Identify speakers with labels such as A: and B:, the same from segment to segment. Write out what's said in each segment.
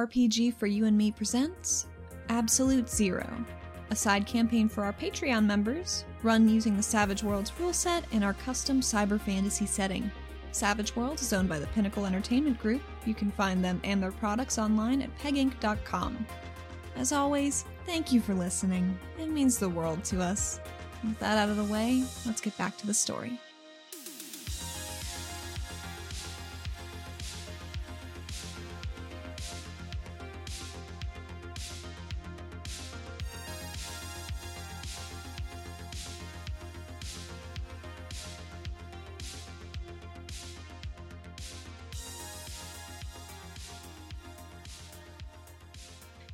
A: RPG for You and Me presents Absolute Zero, a side campaign for our Patreon members, run using the Savage Worlds rule set and our custom cyber fantasy setting. Savage Worlds is owned by the Pinnacle Entertainment Group. You can find them and their products online at peginc.com. As always, thank you for listening. It means the world to us. With that out of the way, let's get back to the story.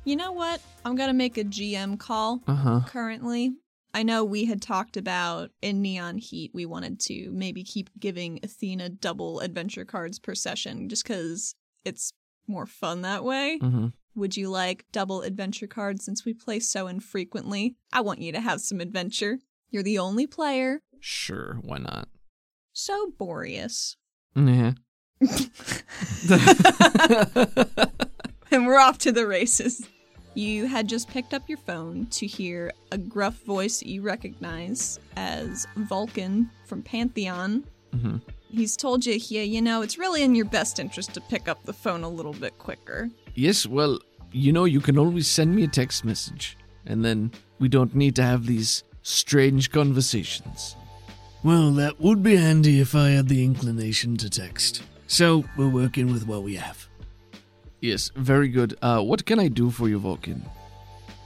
A: You know what? I'm going to make a GM call.
B: Uh huh.
A: currently. I know we had talked about in Neon Heat, we wanted to maybe keep giving Athena double adventure cards per session just because it's more fun that way.
B: Mm-hmm.
A: Would you like double adventure cards since we play so infrequently? I want you to have some adventure. You're the only player.
B: Sure. Why not?
A: So Boreas.
B: Yeah.
A: and we're off to the races. You had just picked up your phone to hear a gruff voice that you recognize as Vulcan from Pantheon.
B: Mhm.
A: He's told you here, you know, it's really in your best interest to pick up the phone a little bit quicker.
B: yes. Well, you know, you can always send me a text message, and then we don't need to have these strange conversations.
C: Well, that would be handy if I had the inclination to text. So, we're working with what we have.
B: Yes. Very good. Uh, what can I do for you, Vulcan?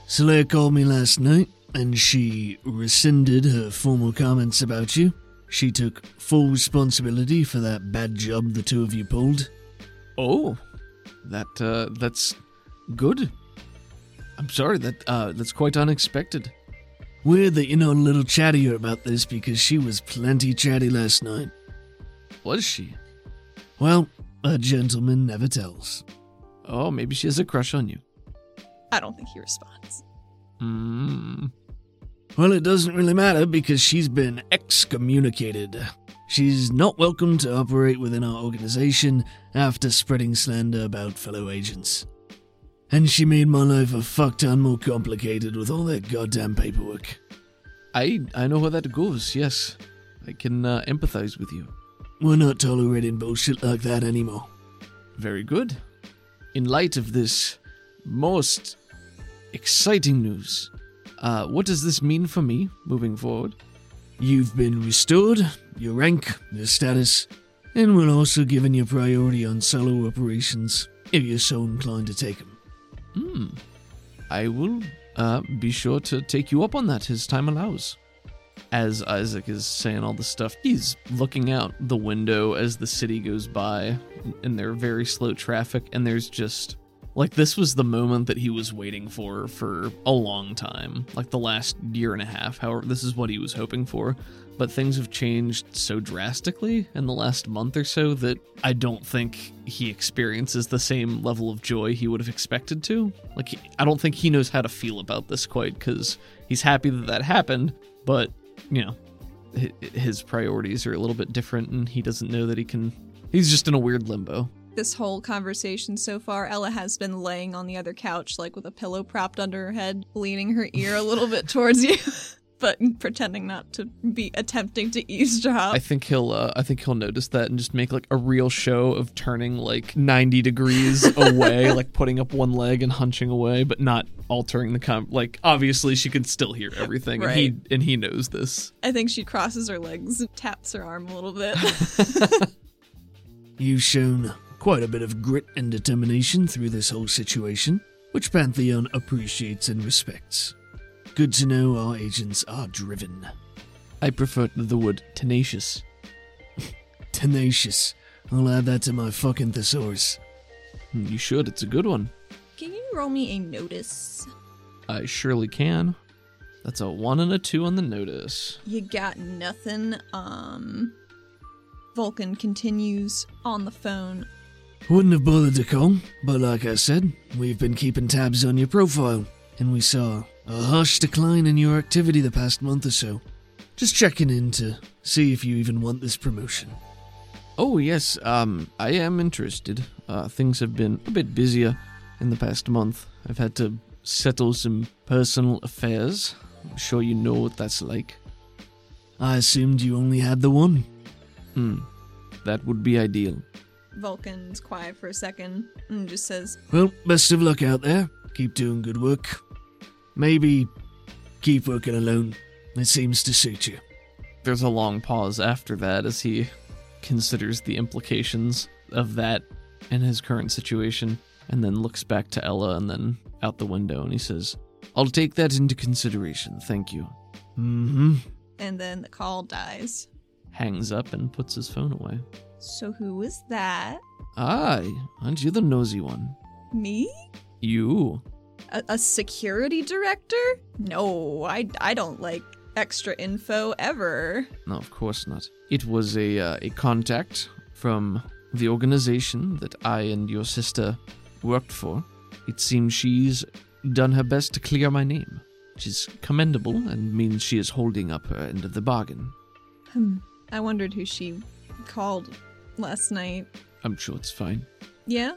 C: Slayer called me last night, and she rescinded her formal comments about you. She took full responsibility for that bad job the two of you pulled.
B: Oh, that uh, that's good. I'm sorry. That uh, that's quite unexpected.
C: Weird that you're not a little chattier about this because she was plenty chatty last night.
B: Was she?
C: Well, a gentleman never tells.
B: Oh, maybe she has a crush on you.
A: I don't think he responds.
B: Mm.
C: Well, it doesn't really matter because she's been excommunicated. She's not welcome to operate within our organization after spreading slander about fellow agents. And she made my life a fuck ton more complicated with all that goddamn paperwork.
B: I I know how that goes. Yes, I can uh, empathize with you.
C: We're not tolerating bullshit like that anymore.
B: Very good. In light of this most exciting news, uh, what does this mean for me moving forward?
C: You've been restored, your rank, your status, and we're also given you priority on solo operations if you're so inclined to take 'em.
B: Hmm. I will uh, be sure to take you up on that as time allows. As Isaac is saying all this stuff, he's looking out the window as the city goes by, and they're very slow traffic, and there's just. Like, this was the moment that he was waiting for for a long time. Like, the last year and a half, however, this is what he was hoping for. But things have changed so drastically in the last month or so that I don't think he experiences the same level of joy he would have expected to. Like, he- I don't think he knows how to feel about this quite because he's happy that that happened, but, you know, hi- his priorities are a little bit different and he doesn't know that he can. He's just in a weird limbo.
A: This whole conversation so far, Ella has been laying on the other couch, like with a pillow propped under her head, leaning her ear a little bit towards you, but pretending not to be attempting to eavesdrop.
B: I think he'll uh, I think he'll notice that and just make like a real show of turning like 90 degrees away, like putting up one leg and hunching away, but not altering the com like obviously she can still hear everything and he
A: Right.
B: and he knows this.
A: I think she crosses her legs and taps her arm a little bit.
C: You've shown quite a bit of grit and determination through this whole situation, which Pantheon appreciates and respects. Good to know our agents are driven,
B: I prefer the word tenacious.
C: tenacious. I'll add that to my fucking thesaurus.
B: Hmm, You should, it's a good one.
A: Can you roll me a notice?
B: I surely can. That's a 1 and a 2 on the notice.
A: You got nothing. Um Vulcan continues on the phone.
C: Wouldn't have bothered to call, but like I said, we've been keeping tabs on your profile, and we saw a harsh decline in your activity the past month or so. Just checking in to see if you even want this promotion.
B: Oh yes, um, I am interested. Uh, things have been a bit busier, in the past month. I've had to settle some personal affairs. I'm sure you know what that's like.
C: I assumed you only had the one.
B: Hmm. That would be ideal.
A: Vulcan's quiet for a second and just says,
C: Well, best of luck out there. Keep doing good work. Maybe keep working alone. It seems to suit you.
B: There's a long pause after that as he considers the implications of that and his current situation, and then looks back to Ella and then out the window and he says, I'll take that into consideration, thank you.
C: hmm
A: and then the call dies.
B: Hangs up and puts his phone away.
A: So who was that?
B: Aye, aren't you the nosy one?
A: Me?
B: You.
A: A, a security director? No, I, I don't like extra info ever.
B: No, of course not. It was a uh, a contact from the organization that I and your sister worked for. It seems she's done her best to clear my name, which is commendable and means she is holding up her end of the bargain.
A: Hmm. I wondered who she called last night.
B: I'm sure it's fine.
A: Yeah?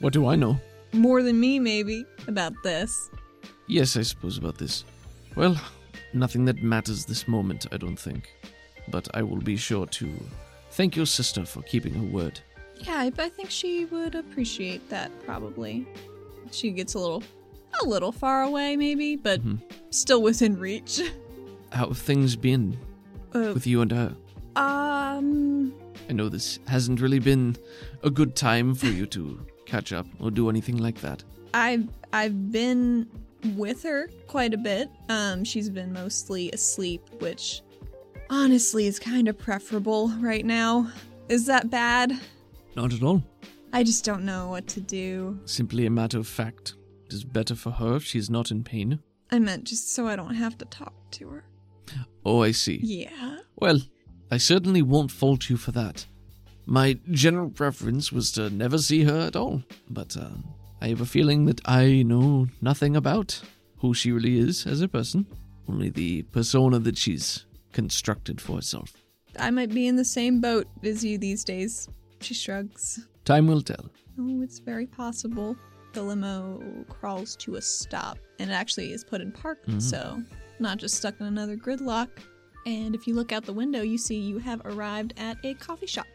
B: What do I know?
A: More than me, maybe, about this.
B: Yes, I suppose about this. Well, nothing that matters this moment, I don't think. But I will be sure to thank your sister for keeping her word.
A: Yeah, I, I think she would appreciate that, probably. She gets a little, a little far away, maybe, but
B: Mhm.
A: still within reach.
B: How have things been
A: Uh,
B: with you and her?
A: um,
B: I know this hasn't really been a good time for you to catch up or do anything like that.
A: I've I've been with her quite a bit. Um, she's been mostly asleep, which honestly is kind of preferable right now. Is that bad?
C: Not at all.
A: I just don't know what to do.
B: Simply a matter of fact. It is better for her if she is not in pain.
A: I meant just so I don't have to talk to her.
B: Oh, I see.
A: Yeah.
B: Well, I certainly won't fault you for that. My general preference was to never see her at all, but uh, I have a feeling that I know nothing about who she really is as a person, only the persona that she's constructed for herself.
A: I might be in the same boat as you these days. She shrugs.
B: Time will tell.
A: Oh, it's very possible. The limo crawls to a stop, and it actually is put in park, so not just stuck in another gridlock. And if you look out the window, you see you have arrived at a coffee shop.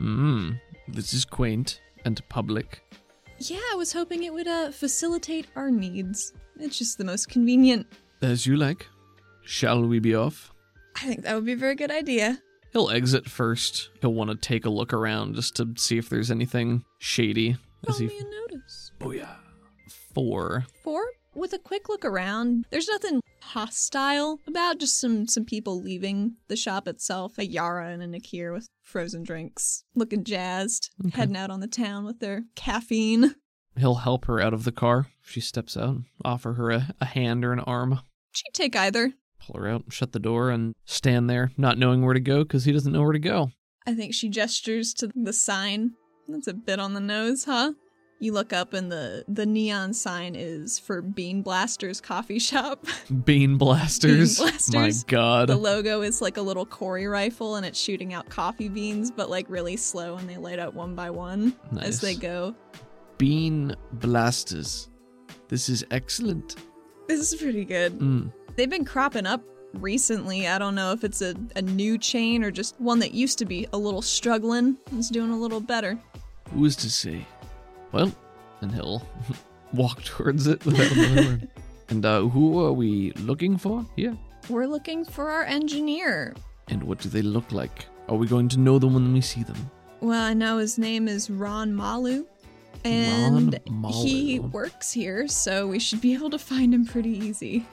B: Mm, this is quaint and public.
A: Yeah, I was hoping it would uh, facilitate our needs. It's just the most convenient.
B: As you like. Shall we be off?
A: I think that would be a very good idea.
B: He'll exit first. He'll want to take a look around just to see if there's anything shady. As
A: Roll
B: he
A: me a notice.
B: Booyah. Four.
A: Four, with a quick look around, there's nothing hostile about just some some people leaving the shop itself. A Yara and a Nakir with frozen drinks, looking jazzed,
B: Okay.
A: heading out on the town with their caffeine.
B: He'll help her out of the car. She steps out, offer her a, a hand or an arm,
A: She'd take either.
B: pull her out, shut the door, and stand there, not knowing where to go because he doesn't know where to go.
A: I think she gestures to the sign. That's a bit on the nose, huh? You look up and the the neon sign is for Bean Blaster's coffee shop.
B: Bean blasters.
A: Bean blasters.
B: My God.
A: the logo is like a little Cory rifle and it's shooting out coffee beans, but like really slow and they light up one by one
B: Nice.
A: as they go.
B: Bean blasters. This is excellent.
A: This is pretty good.
B: Mm.
A: They've been cropping up recently. I don't know if it's a, a new chain or just one that used to be a little struggling is doing a little better.
B: Who is to say? Well, and he'll walk towards it without another word. And uh, who are we looking for here?
A: We're looking for our engineer.
B: And what do they look like? Are we going to know them when we see them?
A: Well, I know his name is Ron Malu. And
B: Ron Malu.
A: he works here, so we should be able to find him pretty easy.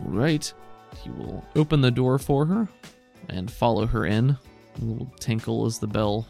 B: All right. He will open the door for her and follow her in. A little tinkle as the bell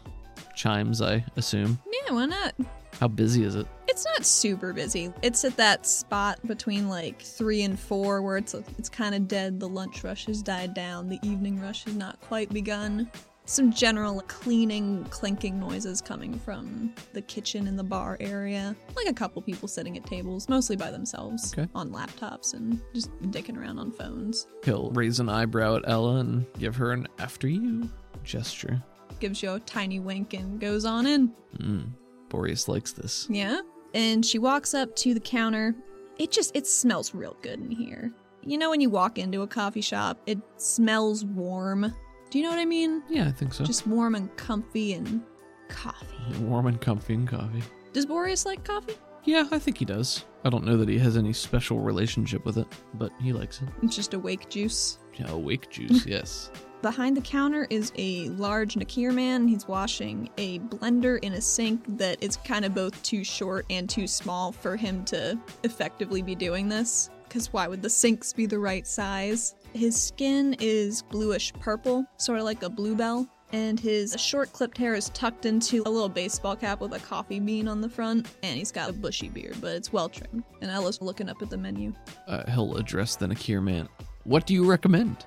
B: chimes, I assume.
A: Yeah, why not?
B: How busy is it?
A: It's not super busy. It's at that spot between like three and four where it's it's kind of dead. The lunch rush has died down. The evening rush has not quite begun. Some general cleaning, clinking noises coming from the kitchen and the bar area. Like a couple people sitting at tables, mostly by themselves,
B: Okay.
A: on laptops and just dicking around on phones.
B: He'll raise an eyebrow at Ella and give her an after you gesture.
A: Gives you a tiny wink and goes on in.
B: Mm. Boreas likes this.
A: Yeah. and she walks up to the counter. It just it smells real good in here. You know when you walk into a coffee shop, it smells warm. Do you know what I mean?
B: Yeah, I think so.
A: Just warm and comfy and coffee.
B: warm and comfy and coffee.
A: Does Boreas like coffee?
B: Yeah, I think he does. I don't know that he has any special relationship with it, but he likes it.
A: It's just awake juice.
B: Yeah, awake juice, yes.
A: Behind the counter is a large Nakir man. He's washing a blender in a sink that is kind of both too short and too small for him to effectively be doing this. Because why would the sinks be the right size? His skin is bluish purple, sort of like a bluebell, and his short clipped hair is tucked into a little baseball cap with a coffee bean on the front, and he's got a bushy beard, but it's well trimmed. And Ella's looking up at the menu.
B: Uh, he'll address the Nakir man. What do you recommend?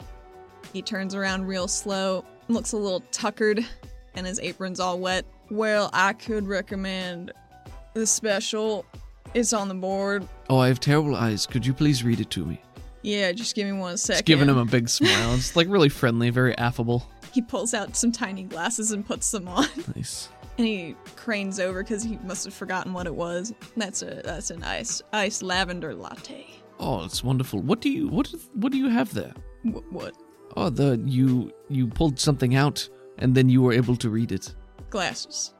A: He turns around real slow, looks a little tuckered, and his apron's all wet. Well, I could recommend the special. It's on the board.
B: Oh, I have terrible eyes. Could you please read it to me?
A: Yeah, just give me one second.
B: It's giving him a big smile. It's like really friendly, very affable.
A: He pulls out some tiny glasses and puts them on,
B: Nice.
A: and he cranes over because he must have forgotten what it was. That's a that's an ice ice lavender latte.
B: Oh, it's wonderful. What do you what what do you have there?
A: Wh- what
B: Oh, the you you pulled something out and then you were able to read it.
A: glasses?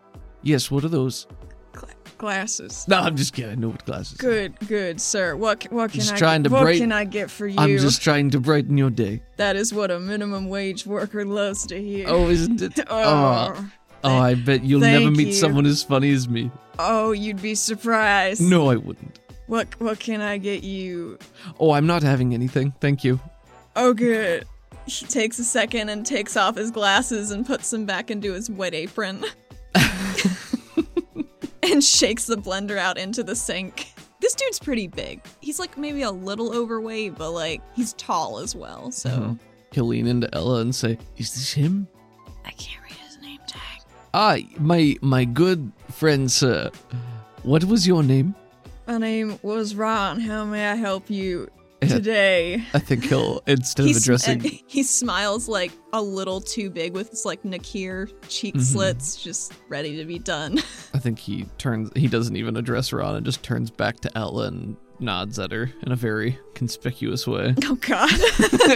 B: Yes, what are those?
A: Gla- glasses.
B: No, I'm just kidding. I know what glasses. are.
A: Good, good, sir. What c- what can
B: Just
A: I
B: trying
A: get,
B: to
A: what
B: break-
A: can I get for you?
B: I'm just trying to brighten your day.
A: That is what a minimum wage worker loves to hear.
B: Oh, isn't it? Oh,
A: oh,
B: oh I bet you'll
A: Thank
B: never meet
A: you.
B: someone as funny as me.
A: Oh, you'd be surprised.
B: No, I wouldn't.
A: What what can I get you?
B: Oh, I'm not having anything. Thank you.
A: Oh good. He takes a second and takes off his glasses and puts them back into his wet apron. and shakes the blender out into the sink. This dude's pretty big. He's like maybe a little overweight, but like he's tall as well, so
B: Mhm. He'll lean into Ella and say, "Is this him?"
A: I can't read his name tag.
B: Ah, my my good friend, sir. What was your name?
A: My name was Ron. How may I help you
B: Yeah.
A: today?
B: I think he'll instead of
A: He's-
B: addressing.
A: and he smiles like a little too big with his like Nakir cheek
B: Mhm.
A: slits, just ready to be done.
B: I think he turns. He doesn't even address Ron and just turns back to Ella and nods at her in a very conspicuous way.
A: Oh god,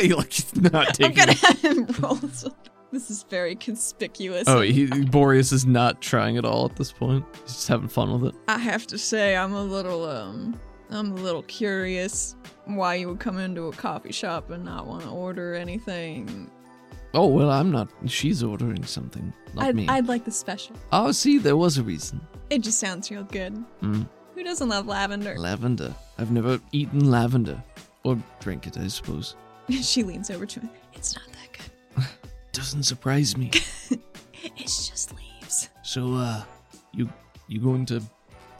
B: He, like he's not
A: I'm
B: taking.
A: gonna have him roll. some- This is very conspicuous.
B: Oh, he, Boreas is not trying at all at this point. He's just having fun with it.
A: I have to say, I'm a little um, I'm a little curious why you would come into a coffee shop and not want to order anything.
B: Oh well, I'm not. She's ordering something, not
A: I'd,
B: me.
A: I'd like the special.
B: Oh, see, there was a reason.
A: It just sounds real good.
B: Mm.
A: Who doesn't love lavender?
B: Lavender. I've never eaten lavender or drink it, I suppose.
A: she leans over to him. It's not that good.
B: Doesn't surprise me.
A: It's just leaves.
B: so, uh, you you going to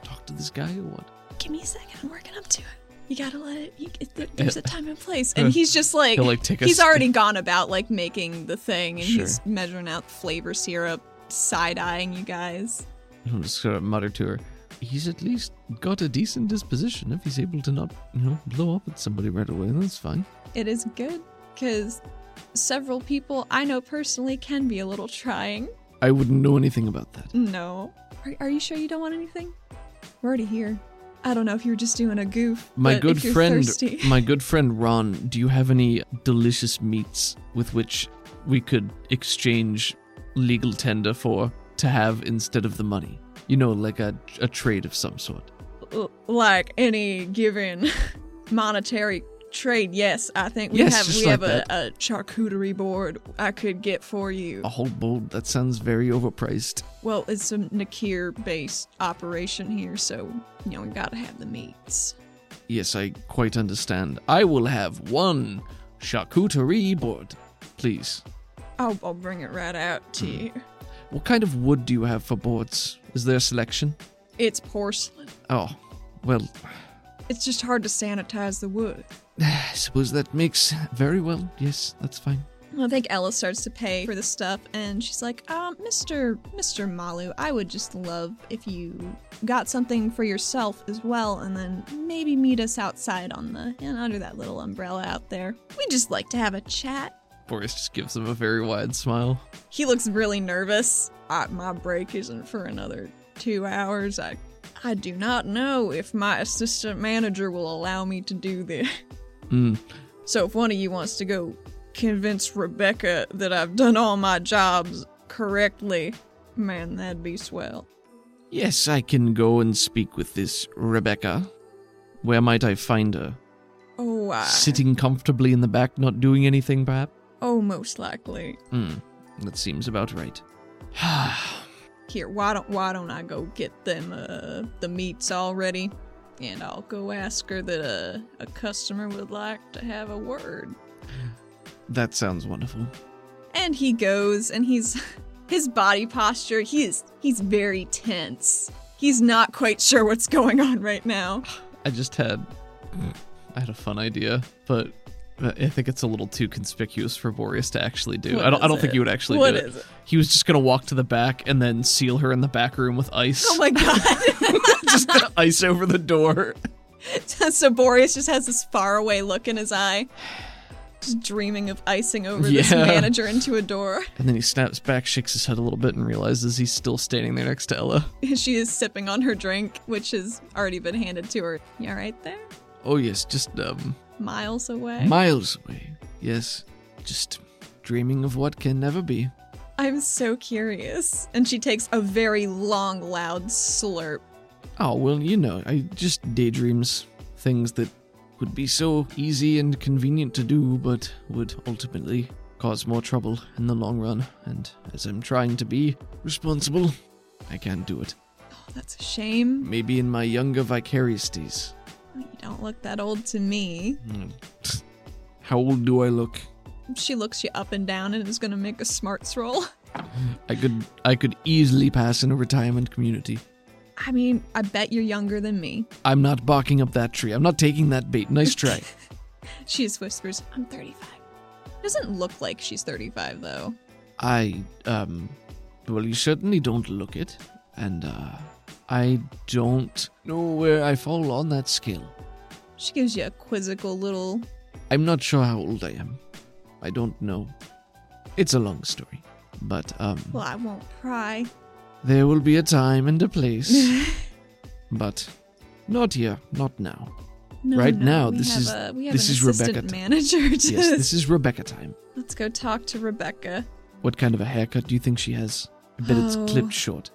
B: talk to this guy or what?
A: give me a second. I'm working up to it. You gotta let it. You, it there- there's a time and place. And he's just like,
B: Uh, He'll, like, take a
A: he's
B: sip.
A: already gone about like making the thing, and
B: Sure.
A: he's measuring out flavor syrup, side eyeing you guys.
B: I'll just sort of mutter to her. He's at least got a decent disposition. If he's able to not, you know, blow up at somebody right away, that's fine.
A: It is good because several people I know personally can be a little trying.
B: I wouldn't know anything about that.
A: No, are, are you sure you don't want anything? We're already here. I don't know if you were just doing a goof.
B: My
A: but if
B: good
A: you're
B: friend,
A: thirsty-
B: my good friend Ron, do you have any delicious meats with which we could exchange legal tender for to have instead of the money? You know, like a, a trade of some sort.
A: l- like any given monetary trade, yes, I think we
B: Yes,
A: have
B: just
A: we
B: like
A: have a, a charcuterie board I could get for you.
B: A whole bowl that sounds very overpriced.
A: Well, it's a Nakir based operation here, so you know we gotta have the meats.
B: Yes, I quite understand. I will have one charcuterie board, please.
A: I'll, I'll bring it right out to
B: Hmm.
A: you.
B: What kind of wood do you have for boards? Is there a selection?
A: It's porcelain.
B: Oh, well,
A: It's just hard to sanitize the wood.
B: I suppose that makes very well. Yes, that's fine.
A: I think Ella starts to pay for the stuff, and she's like, uh, "Mr. Mr. Malu, I would just love if you got something for yourself as well, and then maybe meet us outside on the and under that little umbrella out there. We just like to have a chat."
B: Boris just gives him a very wide smile.
A: He looks really nervous. I, my break isn't for another two hours. I I do not know if my assistant manager will allow me to do this.
B: Mm.
A: So if one of you wants to go convince Rebecca that I've done all my jobs correctly, man, that'd be swell.
B: Yes, I can go and speak with this Rebecca. Where might I find her?
A: Oh,
B: Ah.
A: I.
B: Sitting comfortably in the back, not doing anything, perhaps?
A: Oh, most likely.
B: Hmm, that seems about right.
A: Here, why don't why don't I go get them uh the meats already, and I'll go ask her that uh, a customer would like to have a word.
B: that sounds wonderful.
A: And he goes, and he's his body posture. He is he's very tense. He's not quite sure what's going on right now.
B: I just had I had a fun idea, but I think it's a little too conspicuous for Boreas to actually do.
A: What
B: I don't I
A: is
B: don't think
A: it?
B: he would actually
A: What
B: do it.
A: is it?
B: He was just gonna walk to the back and then seal her in the back room with ice.
A: Oh my god!
B: just gonna ice over the door.
A: so Boreas just has this faraway look in his eye, just dreaming of icing over this
B: Yeah.
A: manager into a door.
B: And then he snaps back, shakes his head a little bit, and realizes he's still standing there next to Ella.
A: she is sipping on her drink, which has already been handed to her. You all right there?
B: Oh yes, just um
A: Miles away.
B: miles away. Yes. Just dreaming of what can never be.
A: I'm so curious. And she takes a very long, loud slurp.
B: Oh, well, you know, I just daydreams. Things that would be so easy and convenient to do, but would ultimately cause more trouble in the long run. And as I'm trying to be responsible, I can't do it.
A: Oh, that's a shame.
B: Maybe in my younger vicarious days.
A: You don't look that old to me.
B: Hmm. How old do I look?
A: She looks you up and down and is gonna make a smarts roll.
B: I could I could easily pass in a retirement community.
A: I mean, I bet you're younger than me.
B: I'm not barking up that tree. I'm not taking that bait. Nice try.
A: She just whispers, I'm 35. Doesn't look like she's 35, though.
B: I, um, well, you certainly don't look it. And, uh, I don't know where I fall on that scale.
A: She gives you a quizzical little.
B: I'm not sure how old I am. I don't know. It's a long story. But, um,
A: Well, I won't pry.
B: there will be a time and a place. but not here, not now.
A: No,
B: Right
A: no,
B: now,
A: we
B: this
A: have
B: is-
A: a, we have
B: this
A: an
B: is
A: assistant
B: Rebecca.
A: manager. To
B: Yes, this is Rebecca time.
A: Let's go talk to Rebecca.
B: What kind of a haircut do you think she has? I bet
A: Oh.
B: it's clipped short.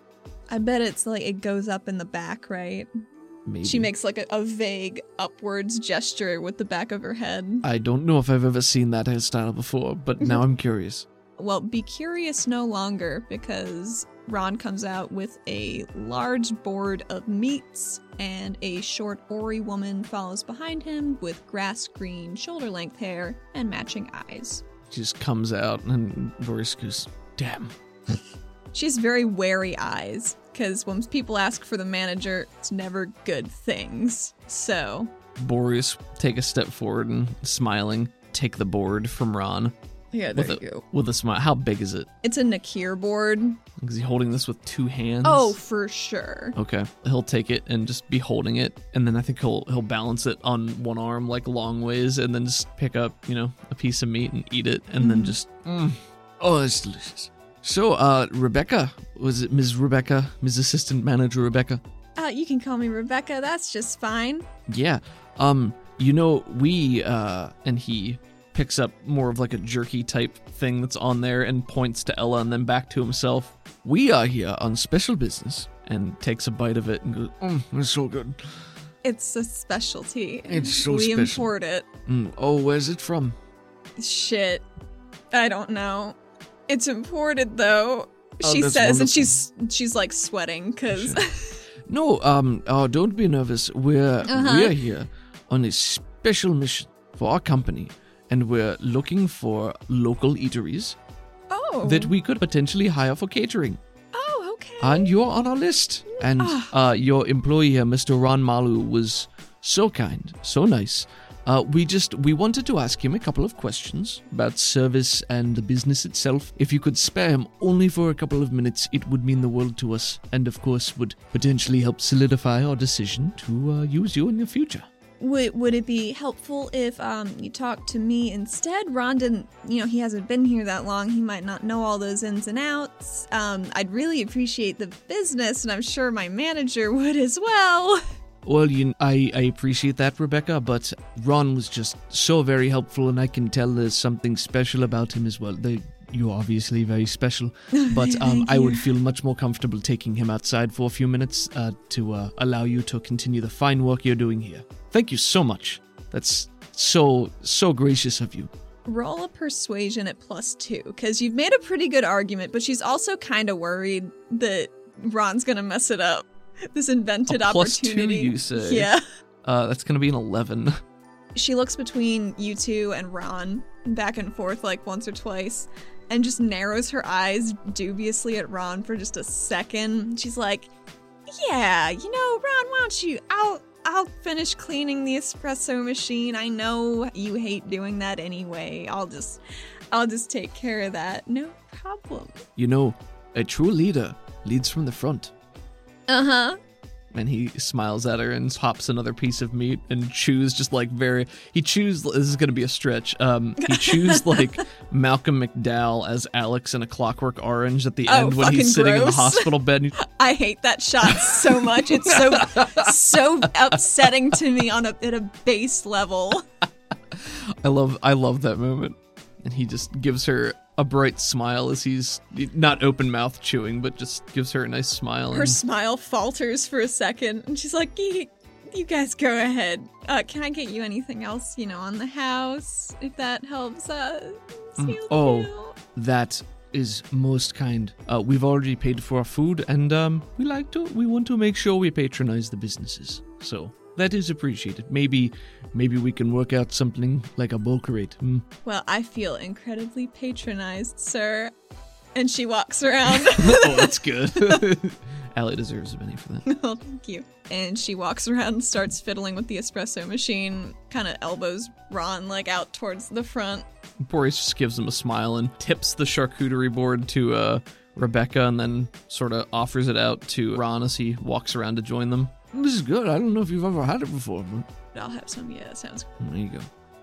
A: I bet it's like it goes up in the back, right?
B: Maybe.
A: She makes like a, a vague upwards gesture with the back of her head.
B: I don't know if I've ever seen that hairstyle before, but
A: Mm-hmm.
B: now I'm curious.
A: Well, be curious no longer because Ron comes out with a large board of meats and a short Ori woman follows behind him with grass green shoulder length hair and matching eyes.
B: just comes out and Boris goes, damn.
A: She has very wary eyes because when people ask for the manager, it's never good things. So
B: Boris take a step forward and smiling, take the board from Ron
A: yeah,
B: with a, with a smile. How big is it?
A: It's a Nakir board.
C: Mm-hmm.
B: Is he holding this with two hands?
A: Oh, for sure.
B: Okay. He'll take it and just be holding it, and then I think he'll he'll balance it on one arm like long ways, and then just pick up you know a piece of meat and eat it, and then just
C: Oh, that's delicious.
B: so. Uh, Rebecca was it Ms. Rebecca, Ms. Assistant Manager Rebecca?
A: Uh, you can call me Rebecca. That's just fine.
B: Yeah. Um, you know, we uh and he picks up more of like a jerky type thing that's on there and points to Ella and then back to himself. We are here on special business and takes a bite of it and goes,
C: Mm, it's so good.
A: It's a specialty.
C: It's so
A: we
C: special.
A: import it.
B: mm, "Oh, where's it from?"
A: Shit. I don't know. It's imported though.
C: Oh,
A: she
C: that's
A: says,
C: wonderful.
A: and she's she's like sweating because
B: No, um, oh, don't be nervous. We're
A: Uh-huh.
B: we're here on a special mission for our company and we're looking for local eateries
A: oh
B: that we could potentially hire for catering.
A: oh okay
C: Uh,
B: And you're on our list. And uh, your employee here, Mr. Ron Malu, was so kind, so nice. Uh, we just we wanted to ask him a couple of questions about service and the business itself. If you could spare him only for a couple of minutes, it would mean the world to us, and of course would potentially help solidify our decision to uh, use you in the future.
A: Would would it be helpful if um, you talked to me instead? Ron didn't, you know, he hasn't been here that long. He might not know all those ins and outs. Um, I'd really appreciate the business, and I'm sure my manager would as well.
B: Well, you, I, I appreciate that, Rebecca, but Ron was just so very helpful, and I can tell there's something special about him as well. They, you're obviously very special, but um,
A: Thank
B: I would
A: you.
B: feel much more comfortable taking him outside for a few minutes uh, to uh, allow you to continue the fine work you're doing here. Thank you so much. That's so, so gracious of you.
A: Roll a persuasion at plus two, because you've made a pretty good argument, but she's also kind of worried that Ron's gonna mess it up. This invented
B: A plus two,
A: opportunity.
B: you say?
A: Yeah.
B: Uh, that's going to be an 11.
A: She looks between you two and Ron, back and forth like once or twice, and just narrows her eyes dubiously at Ron for just a second. She's like, "Yeah, you know, Ron, why don't you? I'll I'll finish cleaning the espresso machine. I know you hate doing that anyway. I'll just I'll just take care of that. No problem."
B: You know, a true leader leads from the front.
A: Uh huh.
B: and he smiles at her and pops another piece of meat and chews just like very he chews this is going to be a stretch um he chews like malcolm mcdowell as alex in a clockwork orange at the
A: Oh,
B: end when
A: fucking
B: he's sitting in the
A: gross.
B: hospital bed
A: I hate that shot so much. It's so so upsetting to me on a at a base level.
B: i love i love that moment and he just gives her a bright smile as he's not open mouth chewing but just gives her a nice smile
A: Her
B: and
A: smile falters for a second, and she's like, "Ye- "You guys go ahead. Uh, can I get you anything else, you know, on the house if that helps us?"
B: Mm.
A: You
B: Oh.
A: know?"
B: that is most kind uh, we've already paid for our food and um, we like to we want to make sure we patronize the businesses so that is appreciated maybe maybe we can work out something like a bulk rate Hmm.
A: Well, I feel incredibly patronized, sir. And she walks around.
B: oh that's good Allie deserves a penny for that
A: oh, thank you. And she walks around and starts fiddling with the espresso machine, kind of elbows Ron like out towards the front.
B: boris just gives him a smile and tips the charcuterie board to uh, rebecca and then sort of offers it out to ron as he walks around to join them
C: This is good. I don't know if you've ever had it before, but
A: I'll have some. Yeah, that sounds
B: there you go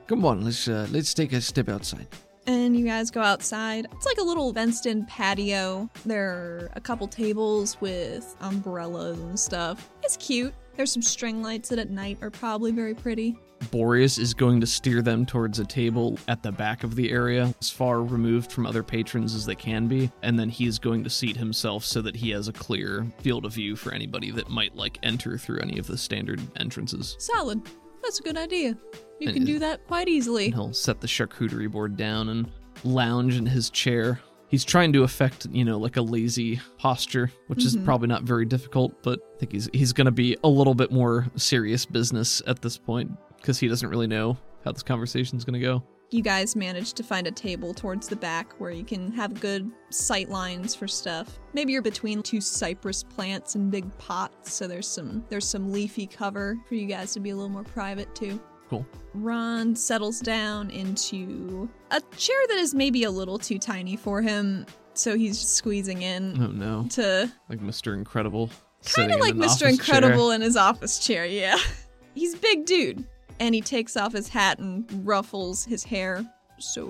C: come on, let's uh, let's take a step outside.
A: And you guys go outside. It's like a little fenced in patio. There are a couple tables with umbrellas and stuff. It's cute. There's some string lights that at night are probably very pretty.
B: Boreas is going to steer them towards a table at the back of the area, as far removed from other patrons as they can be, and then he is going to seat himself so that he has a clear field of view for anybody that might like enter through any of the standard entrances.
A: Solid. That's a good idea. You
B: And
A: can
B: is-
A: do that quite
B: And
A: easily.
B: he'll set the charcuterie board down and lounge in his chair. He's trying to affect, you know, like a lazy posture, which is probably not very difficult, but I think he's he's going to be a little bit more serious business at this point because he doesn't really know how this conversation's going to go.
A: You guys manage to find a table towards the back where you can have good sight lines for stuff. Maybe you're between two cypress plants in big pots, so there's some there's some leafy cover for you guys to be a little more private too.
B: Cool.
A: Ron settles down into a chair that is maybe a little too tiny for him, so he's just squeezing in
B: Oh no.
A: to
B: like Mr. Incredible.
A: kind of like Mr. Incredible in his office chair, yeah. he's a big dude, and he takes off his hat and ruffles his hair. So,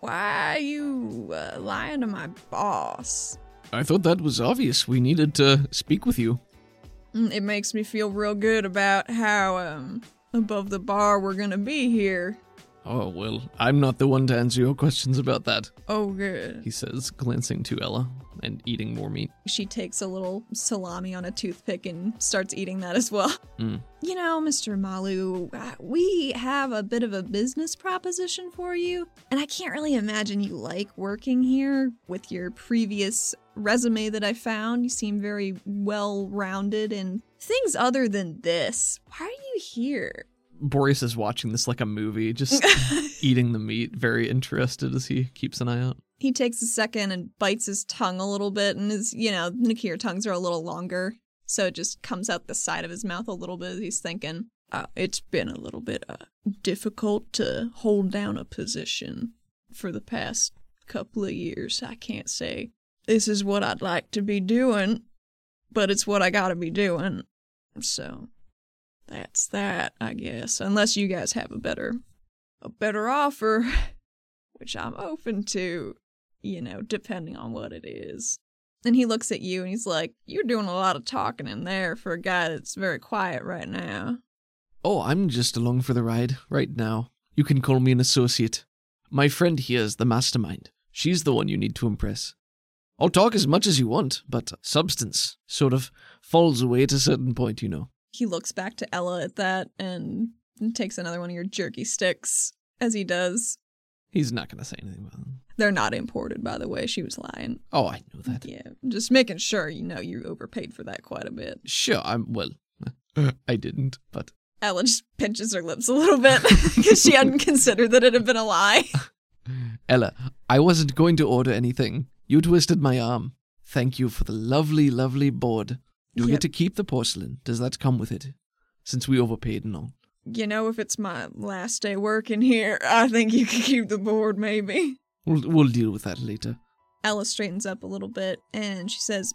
A: why are you uh, lying to my boss?
B: I thought that was obvious. We needed to speak with you.
A: Mm, It makes me feel real good about how um above the bar we're gonna be here.
B: Oh, well, I'm not the one to answer your questions about that,
A: Oh, good.
B: he says, glancing to Ella and eating more meat.
A: She takes a little salami on a toothpick and starts eating that as well.
B: Mm.
A: You know, Mr. Malu, uh, we have a bit of a business proposition for you, and I can't really imagine you like working here with your previous resume that I found. You seem very well rounded and things other than this. Why are you here?
B: Boreas is watching this like a movie, just eating the meat, very interested as he keeps an eye out.
A: He takes a second and bites his tongue a little bit, and his, you know, Nakir tongues are a little longer, so it just comes out the side of his mouth a little bit as he's thinking. Uh, it's been a little bit uh, difficult to hold down a position for the past couple of years. I can't say this is what I'd like to be doing, but it's what I gotta be doing. So That's that, I guess. Unless you guys have a better a better offer, which I'm open to, you know, depending on what it is. And he looks at you and he's like, You're doing a lot of talking in there for a guy that's very quiet right now.
B: Oh, I'm just along for the ride right now. You can call me an associate. My friend here is the mastermind. She's the one you need to impress. I'll talk as much as you want, but substance sort of falls away at a certain point, you know.
A: He looks back to Ella at that and takes another one of your jerky sticks as he does.
B: He's not going to say anything about it.
A: They're not imported, by the way. She was lying.
B: Oh, I know that.
A: Yeah, just making sure you know you overpaid for that quite a bit.
B: Sure, I'm well. I didn't, but
A: Ella just pinches her lips a little bit because she hadn't considered that it had been a lie.
B: Ella, I wasn't going to order anything. You twisted my arm. Thank you for the lovely, lovely board. You
A: Yep.
B: get to keep the porcelain. Does that come with it? Since we overpaid and all.
A: You know, if it's my last day working here, I think you could keep the board, maybe.
B: We'll, we'll deal with that later.
A: Ella straightens up a little bit and she says,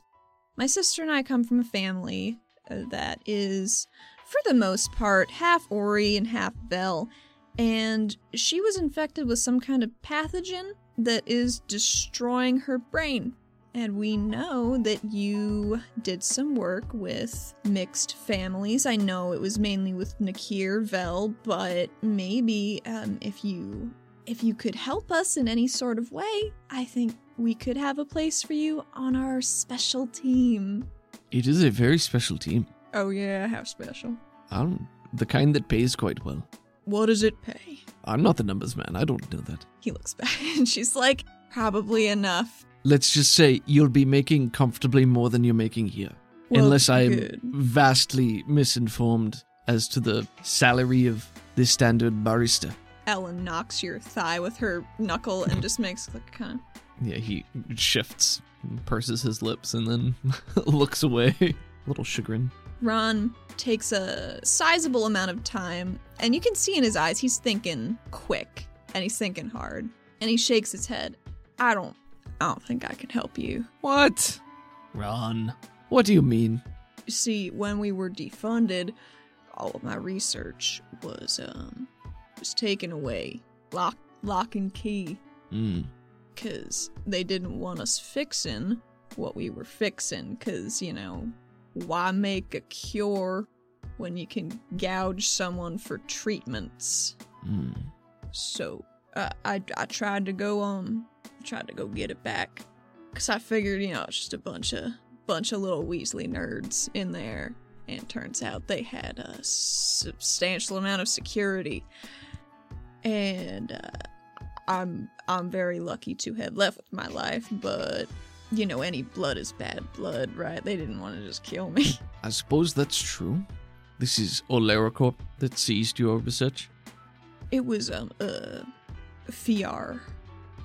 A: My sister and I come from a family uh, that is, for the most part, half Ori and half Bell, and she was infected with some kind of pathogen that is destroying her brain. And we know that you did some work with mixed families. I know it was mainly with Nakir Vel, but maybe um, if you if you could help us in any sort of way, I think we could have a place for you on our special team.
B: It is a very special team.
A: Oh, yeah, how special.
B: Um, the kind that pays quite well.
A: What does it pay?
B: I'm not the numbers man. I don't know that.
A: He looks back and she's like, probably enough.
B: Let's just say you'll be making comfortably more than you're making here.
A: Well,
B: unless I'm
A: good.
B: vastly misinformed as to the salary of this standard barista.
A: Ellen knocks your thigh with her knuckle and just makes like kind of
B: Yeah, he shifts, purses his lips, and then looks away. A little chagrin.
A: Ron takes a sizable amount of time, and you can see in his eyes he's thinking quick and he's thinking hard. And he shakes his head. I don't I don't think I can help you.
B: What?
C: Ron.
B: What do you mean?
A: You see, when we were defunded, all of my research was um was taken away. Lock lock and key.
B: Hmm.
A: because they didn't want us fixing what we were fixing because you know why make a cure when you can gouge someone for treatments
B: Hmm.
A: so uh, I, I tried to go um tried to go get it back because i figured you know it's just a bunch of bunch of little weasley nerds in there and turns out they had a substantial amount of security and uh, i'm i'm very lucky to have left with my life but you know any blood is bad blood right they didn't want to just kill me
B: I suppose that's true. This is Olericorp that seized your research.
A: it was um uh fiar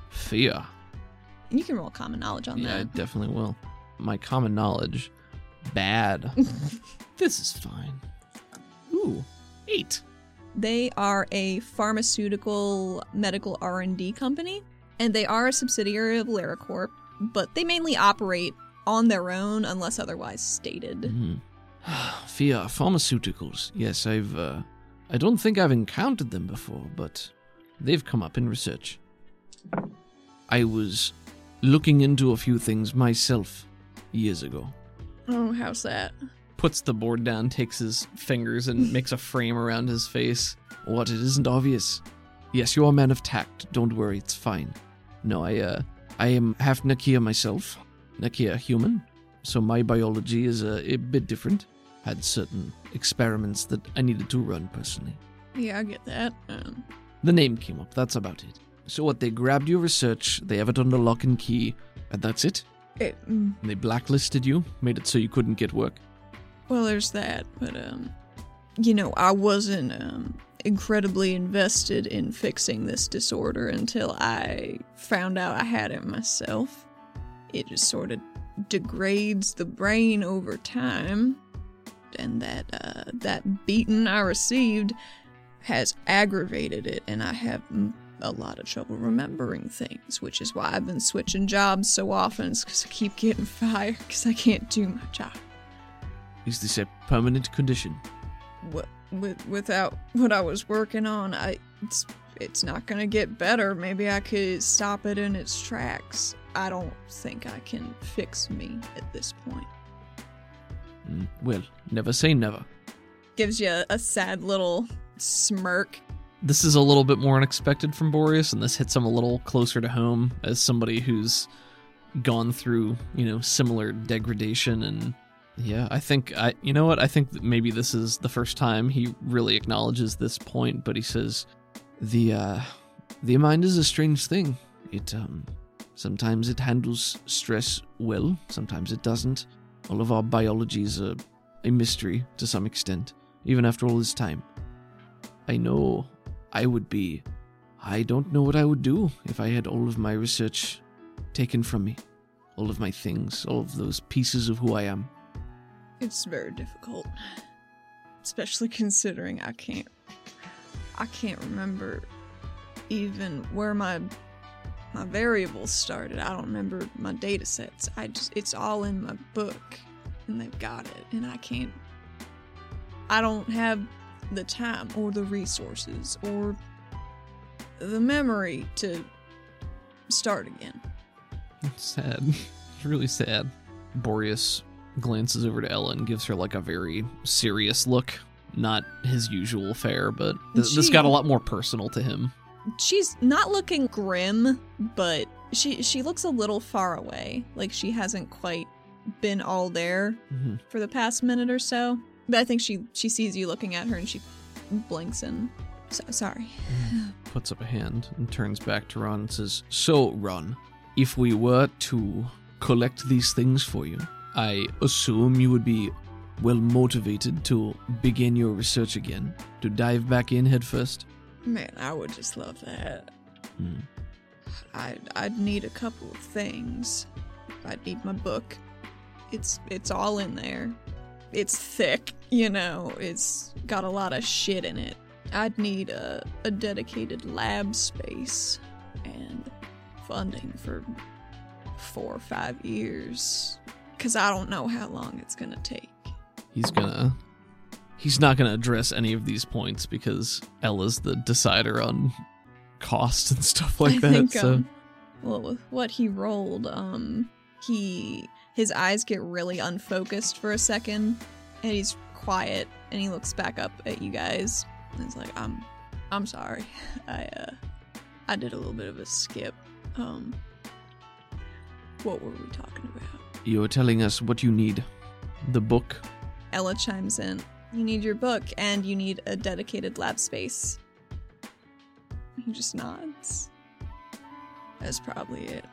B: Fear.
A: and you can roll common knowledge on
B: Yeah, I
A: that
B: definitely will. My common knowledge, bad. this is fine. Ooh, eight.
A: They are a pharmaceutical medical R&D company and they are a subsidiary of Laricorp, but they mainly operate on their own unless otherwise stated.
B: Mm. Fear pharmaceuticals. Yes, I've. Uh, I don't think I've encountered them before, but they've come up in research. I was looking into a few things myself years ago.
A: Oh, how's that?
B: Puts the board down, takes his fingers, and makes a frame around his face. What? It isn't obvious. Yes, you're a man of tact. Don't worry, it's fine. No, I. Uh, I am half Nakia myself. Nakia human, so my biology is uh, a, a bit different. Had certain experiments that I needed to run personally.
A: Yeah, I get that. Um,
B: The name came up, that's about it. So, what, they grabbed your research, they have it under lock and key, and that's it?
A: it, mm,
B: They blacklisted you, made it so you couldn't get work?
A: well, there's that, but um you know, I wasn't um incredibly invested in fixing this disorder until I found out I had it myself. It just sort of degrades the brain over time, and that uh, that beating I received has aggravated it, and I have mm, a lot of trouble remembering things, which is why I've been switching jobs so often. It's because I keep getting fired because I can't do my job.
B: Is this a permanent condition?
A: What? with, without what I was working on, I it's it's not gonna get better. Maybe I could stop it in its tracks. I don't think I can fix me at this point.
B: Mm, Well, never say never.
A: Gives you a sad little smirk.
B: This is a little bit more unexpected from Boreas, and this hits him a little closer to home as somebody who's gone through, you know, similar degradation. And yeah, I think, I, you know what? I think that maybe this is the first time he really acknowledges this point, but he says, the, uh, the mind is a strange thing. It, um, sometimes it handles stress well, sometimes it doesn't. All of our biology is a, a mystery to some extent, even after all this time. I know I would be. I don't know what I would do if I had all of my research taken from me. All of my things, all of those pieces of who I am.
A: It's very difficult, especially considering I can't I can't remember even where my my variables started. I don't remember my data sets. I just it's all in my book and they've got it and I can't I don't have the time or the resources or the memory to start again.
B: Sad. It's really sad. Boreas glances over to Ella and gives her like a very serious look. Not his usual fare, but th- this
A: Gee.
B: got a lot more personal to him.
A: she's not looking grim, but she she looks a little far away, like she hasn't quite been all there
B: Mhm.
A: for the past minute or so. But I think she she sees you looking at her and she blinks and so, sorry.
B: puts up a hand and turns back to Ron and says, So, Ron, if we were to collect these things for you, I assume you would be well motivated to begin your research again, to dive back in headfirst.
A: Man, I would just love that.
B: Hmm.
A: I I'd need a couple of things. I'd need my book. It's it's all in there. It's thick, you know. It's got a lot of shit in it. I'd need a, a dedicated lab space and funding for four or five years. Cause I don't know how long it's gonna take.
B: He's gonna. He's not gonna address any of these points because Ella's the decider on cost and stuff like
A: I
B: that.
A: think,
B: so,
A: um, well, with what he rolled, um, he his eyes get really unfocused for a second, and he's quiet, and he looks back up at you guys, and he's like, "I'm, I'm sorry, I, uh, I did a little bit of a skip. Um, what were we talking about?"
B: you're telling us what you need the book,
A: Ella chimes in. You need your book, and you need a dedicated lab space. He just nods. That's probably it.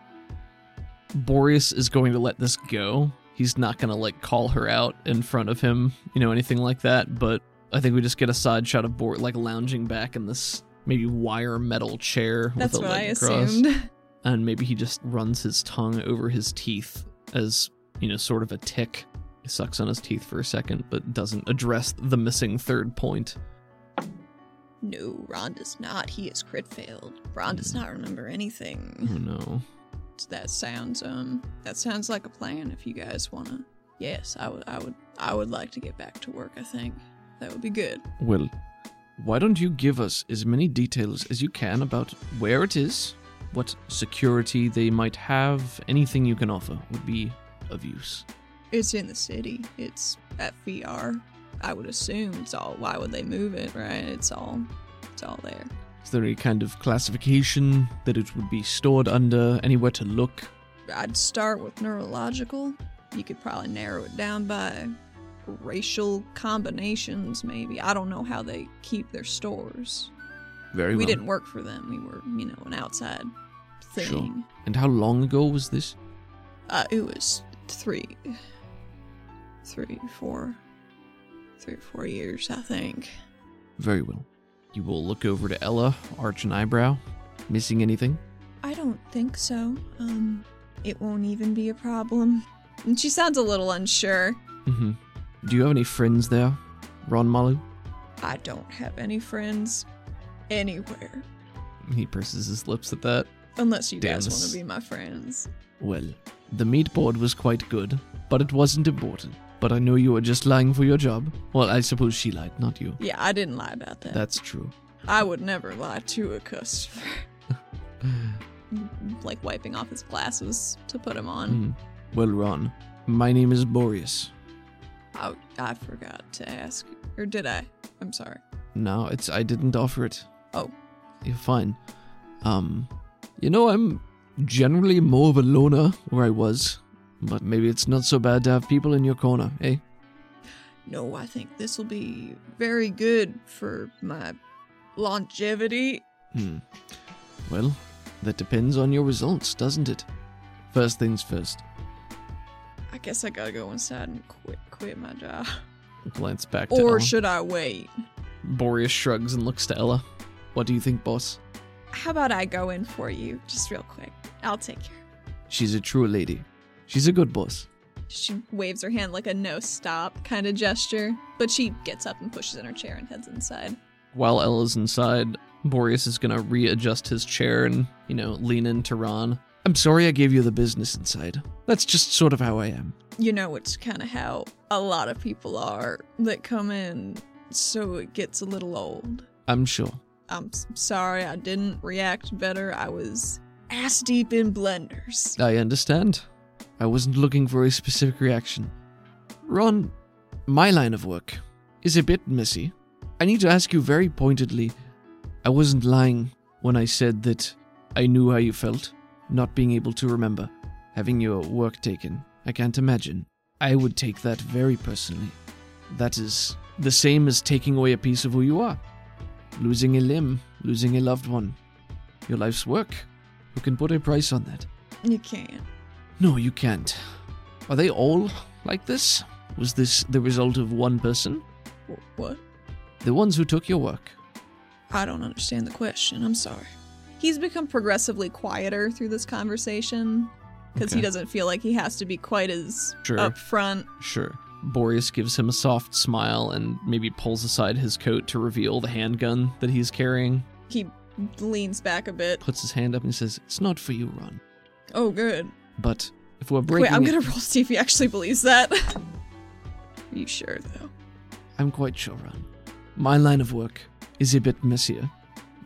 B: Boreas is going to let this go. He's not going to like call her out in front of him, you know, anything like that. But I think we just get a side shot of Bor like lounging back in this maybe wire metal chair.
A: That's
B: with a
A: what I
B: leg across.
A: assumed.
B: And maybe he just runs his tongue over his teeth as, you know, sort of a tick. He sucks on his teeth for a second, but doesn't address the missing third point.
A: No, Ron does not. He is crit failed. Ron does
B: Hmm.
A: not remember
B: Oh
A: anything.
B: no.
A: That sounds um that sounds like a plan if you guys wanna Yes, I would I would I would like to get back to work, I think. That would be good.
B: Well, why don't you give us as many details as you can about where it is, what security they might have, anything you can offer would be of use.
A: It's in the city. It's at VR. I would assume it's all why would they move it, right? It's all it's all there.
B: Is there any kind of classification that it would be stored under, anywhere to look?
A: I'd start with neurological. You could probably narrow it down by racial combinations, maybe. I don't know how they keep their stores.
B: Very
A: we
B: well.
A: didn't work for them. We were, you know, an outside thing.
B: Sure. And how long ago was this?
A: Uh, it was three, three, four, three or four years, I think.
B: Very well. You will look over to Ella, arch an eyebrow. Missing anything?
A: I don't think so. Um, it won't even be a problem. And she sounds a little unsure.
B: Mm-hmm. Do you have any friends there, Ron Malu?
A: I don't have any friends anywhere.
B: He purses his lips at that.
A: Unless you
B: Damn
A: guys
B: this-
A: want to be my friends.
B: Well, the meat board was quite good, but it wasn't important. But I know you are just lying for your job. Well, I suppose she lied, not you.
A: Yeah, I didn't lie about that.
B: That's true.
A: I would never lie to a customer. like wiping off his glasses to put them on.
B: Hmm. Well, Ron, my name is Boreas.
A: Oh, I forgot to ask. Or did I? I'm sorry.
B: No, it's I didn't offer it.
A: Oh.
B: You're fine. Um, you know I'm generally more of a loner where I was, but maybe it's not so bad to have people in your corner, eh?
A: No, I think this will be very good for my longevity.
B: Hmm. Well, that depends on your results, doesn't it? First things first.
A: I guess I gotta go inside and quit quit my job.
B: Glance back to
A: Or
B: Ella.
A: should I wait?
B: Boreas shrugs and looks to Ella. What do you think, boss?
A: How about I go in for you, just real quick? I'll take care.
B: She's a true lady. She's a good boss.
A: She waves her hand like a no stop kind of gesture, but she gets up and pushes in her chair and heads inside.
B: While Ella's inside, Boreas is gonna readjust his chair and, you know, lean into Ron. I'm sorry I gave you the business inside. That's just sort of how I am.
A: You know, it's kind of how a lot of people are that come in, so it gets a little old.
B: I'm sure.
A: I'm s- sorry I didn't react better. I was ass deep in blenders.
B: I understand. I wasn't looking for a specific reaction. Ron, my line of work is a bit messy. I need to ask you very pointedly. I wasn't lying when I said that I knew how you felt, not being able to remember, having your work taken. I can't imagine. I would take that very personally. That is the same as taking away a piece of who you are. Losing a limb, losing a loved one. Your life's work. Who can put a price on that?
A: You can't.
B: No, you can't. Are they all like this? Was this the result of one person?
A: Wh- What?
B: The ones who took your work?
A: I don't understand the question. I'm sorry. He's become progressively quieter through this conversation because he
B: Okay.
A: doesn't feel like he has to be quite as
B: Sure.
A: upfront.
B: Sure. Boreas gives him a soft smile and maybe pulls aside his coat to reveal the handgun that he's carrying.
A: He leans back a bit.
B: Puts his hand up and says, It's not for you, Ron.
A: Oh, good.
B: But if we're breaking.
A: Wait, I'm
B: it-
A: gonna roll to see if he actually believes that. Are you sure though?
B: I'm quite sure, Ron. My line of work is a bit messier,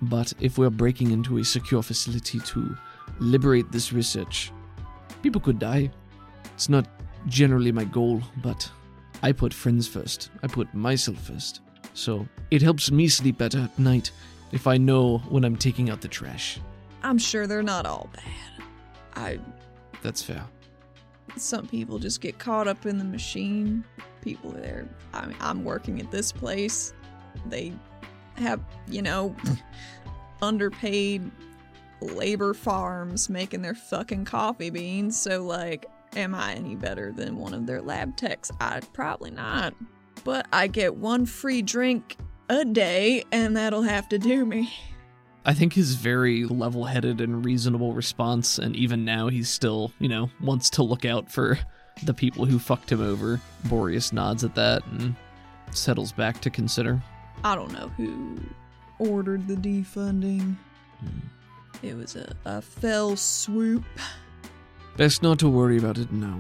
B: but if we're breaking into a secure facility to liberate this research, people could die. It's not generally my goal, but I put friends first. I put myself first. So it helps me sleep better at night if I know when I'm taking out the trash.
A: I'm sure they're not all bad. I
B: That's fair.
A: some people just get caught up in the machine. People there, I mean, I'm working at this place. They have, you know, underpaid labor farms making their fucking coffee beans. So, like, am I any better than one of their lab techs? I probably not. But I get one free drink a day, and that'll have to do me.
B: I think his very level headed and reasonable response, and even now he's still, you know, wants to look out for the people who fucked him over. Boreas nods at that and settles back to consider.
A: I don't know who ordered the defunding. It was a, a fell swoop.
B: Best not to worry about it now.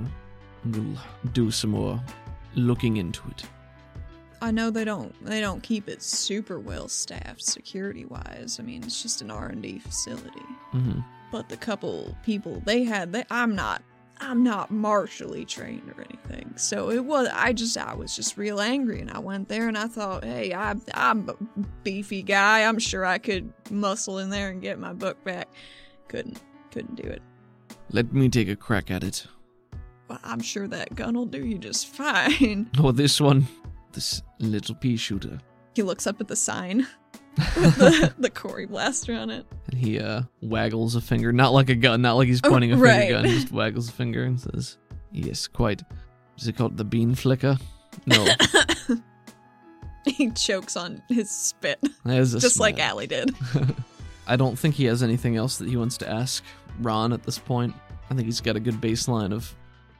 B: We'll do some more looking into it.
A: I know they don't they don't keep it super well staffed security wise. I mean, it's just an R and D facility.
B: hmm
A: But the couple people they had, they, I'm not I'm not martially trained or anything. So it was I just I was just real angry, and I went there and I thought, hey, I, I'm a beefy guy. I'm sure I could muscle in there and get my book back. Couldn't couldn't do it.
B: Let me take a crack at it.
A: Well, I'm sure that gun'll do you just fine.
B: Oh, this one. This little pea shooter.
A: He looks up at the sign with the, the Cory blaster on it.
B: And he uh, waggles a finger, not like a gun, not like he's pointing a finger
A: Oh, right.
B: gun, just waggles a finger and says, Yes, quite. Is it called the bean flicker? No,
A: He chokes on his spit,
B: there's a
A: just like
B: smile.
A: Allie did.
B: I don't think he has anything else that he wants to ask Ron at this point. I think he's got a good baseline of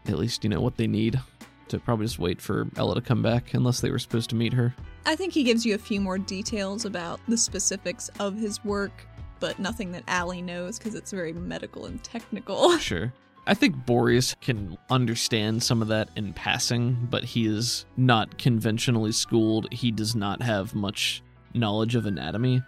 B: at least, you know, what they need to probably just wait for Ella to come back unless they were supposed to meet her.
A: I think he gives you a few more details about the specifics of his work, but nothing that Allie knows because it's very medical and technical.
B: Sure. I think Boreas can understand some of that in passing, but he is not conventionally schooled. He does not have much knowledge of anatomy.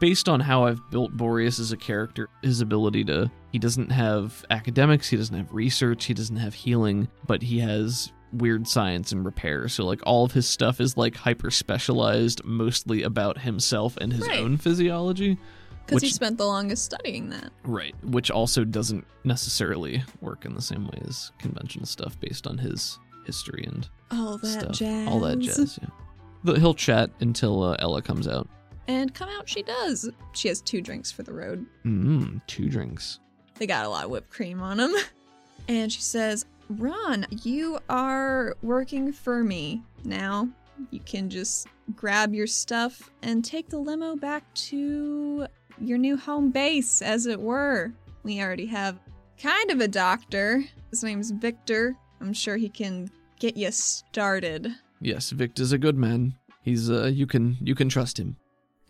B: Based on how I've built Boreas as a character, his ability to. He doesn't have academics, he doesn't have research, he doesn't have healing, but he has weird science and repair. So, like, all of his stuff is like hyper specialized, mostly about himself and his
A: Right.
B: own physiology.
A: Because he
B: Which-
A: spent the longest studying that.
B: Right, which also doesn't necessarily work in the same way as conventional stuff based on his history and
A: All that
B: stuff.
A: jazz.
B: All that jazz, yeah. But he'll chat until uh, Ella comes out.
A: And come out she does. She has two drinks for the road.
B: Mmm, two drinks.
A: They got a lot of whipped cream on them. And she says, Ron, you are working for me now. You can just grab your stuff and take the limo back to your new home base, as it were. We already have kind of a doctor. His name's Victor. I'm sure he can get you started.
B: Yes, Victor's a good man. He's uh you can you can trust him.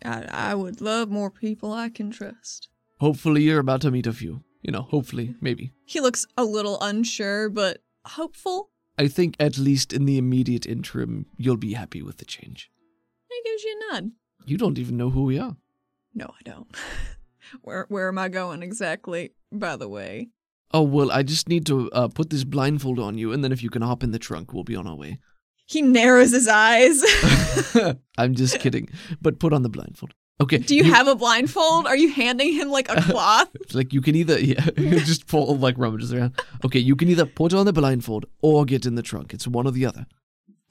A: I, I would love more people I can trust.
B: Hopefully you're about to meet a few. You know, hopefully, maybe.
A: He looks a little unsure, but hopeful.
B: I think at least in the immediate interim you'll be happy with the change.
A: He gives you a nod.
B: You don't even know who we are.
A: No, I don't. where where am I going exactly? By the way,
B: Oh well, I just need to uh, put this blindfold on you, and then if you can hop in the trunk, we'll be on our way.
A: he narrows his eyes.
B: I'm just kidding. But put on the blindfold. Okay.
A: Do you, have a blindfold? Are you handing him like a cloth?
B: like you can either yeah you just pull like rummages around. Okay, you can either put on the blindfold or get in the trunk. It's one or the other.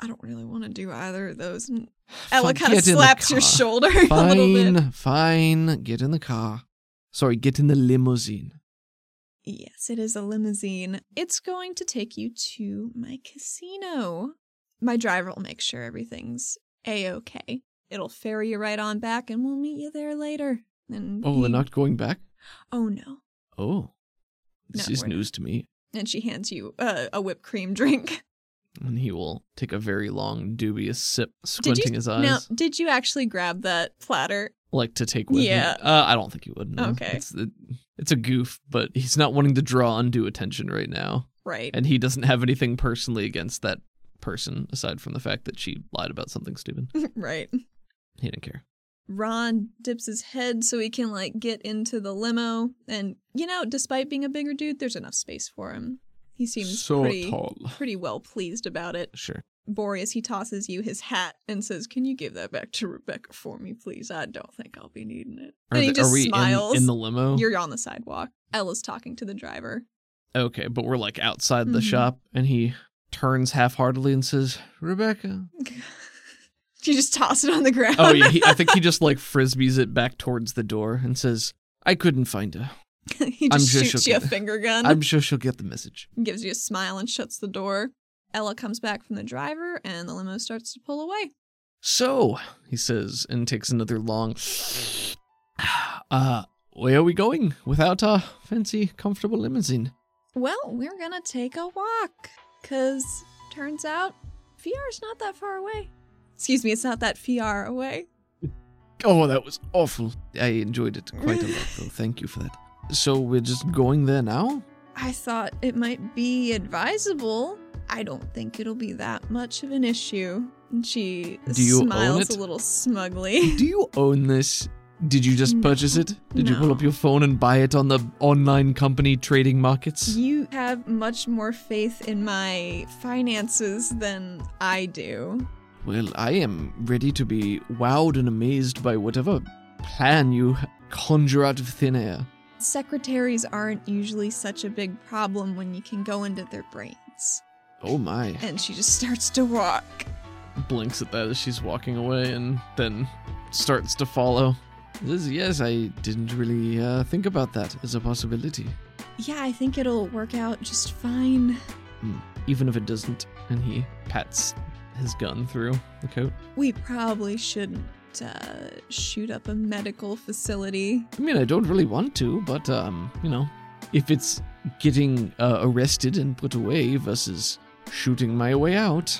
A: I don't really want to do either of those. And Ella
B: Fuck,
A: kind of
B: get in the
A: slaps your
B: car.
A: shoulder a little bit.
B: Fine, fine. Get in the car. Sorry, get in the limousine.
A: Yes, it is a limousine. It's going to take you to my casino. My driver will make sure everything's a okay. It'll ferry you right on back, and we'll meet you there later. And
B: Oh,
A: he-
B: we're not going back.
A: Oh no.
B: Oh, this
A: No,
B: is
A: we're not.
B: news to me.
A: and she hands you uh, a whipped cream drink.
B: And he will take a very long, dubious sip,
A: Did
B: squinting
A: you
B: his eyes,
A: now? Did you actually grab that platter?
B: like to take with
A: Yeah.
B: him. Uh, I don't think he would. no.
A: Okay.
B: it's, it- it's a goof, but he's not wanting to draw undue attention right now.
A: Right.
B: and he doesn't have anything personally against that person aside from the fact that she lied about something stupid.
A: right.
B: He didn't care.
A: Ron dips his head so he can like get into the limo, and you know, despite being a bigger dude, there's enough space for him. He seems pretty
B: tall.
A: pretty well pleased about it.
B: Sure.
A: Boreas he tosses you his hat and says, "Can you give that back to Rebecca for me, please? I don't think I'll be needing it."
B: Are,
A: and he
B: the-
A: just
B: are we in-
A: smiles.
B: In, the limo?
A: You're on the sidewalk. Ella's talking to the driver.
B: Okay, but we're like outside the
A: Mhm.
B: shop, and he turns half-heartedly and says, "Rebecca."
A: you just toss it on the ground.
B: Oh yeah, he, I think he just like frisbees it back towards the door and says, "I couldn't find her.
A: he
B: I'm
A: just
B: sure
A: shoots
B: she'll
A: you a
B: get-
A: finger gun,
B: I'm sure she'll get the message."
A: gives you a smile, and shuts the door. Ella comes back from the driver, and the limo starts to pull away.
B: So he says, and takes another long. Uh, where are we going without our fancy, comfortable limousine?
A: Well, we're gonna take a walk, cause turns out Fiar's not that far away. Excuse me, it's not that Fiar away.
B: Oh, that was awful. I enjoyed it quite a lot, though. Thank you for that. So we're just going there now?
A: I thought it might be advisable. I don't think it'll be that much of an issue. And she
B: Do you own
A: smiles
B: it?
A: a little smugly.
B: Do you own this? Did you just
A: No.
B: purchase it? Did you pull
A: No.
B: up your phone and buy it on the online company trading markets?
A: You have much more faith in my finances than I do.
B: Well, I am ready to be wowed and amazed by whatever plan you conjure out of thin air.
A: Secretaries aren't usually such a big problem when you can go into their brains.
B: Oh my.
A: And she just starts to walk.
B: Blinks at that as she's walking away and then starts to follow. This, yes, I didn't really uh, think about that as a possibility.
A: Yeah, I think it'll work out just fine.
B: Mm. even if it doesn't. And he pats his gun through the coat.
A: We probably shouldn't uh, shoot up a medical facility.
B: I mean, I don't really want to, but, um, you know, if it's getting uh, arrested and put away versus shooting my way out,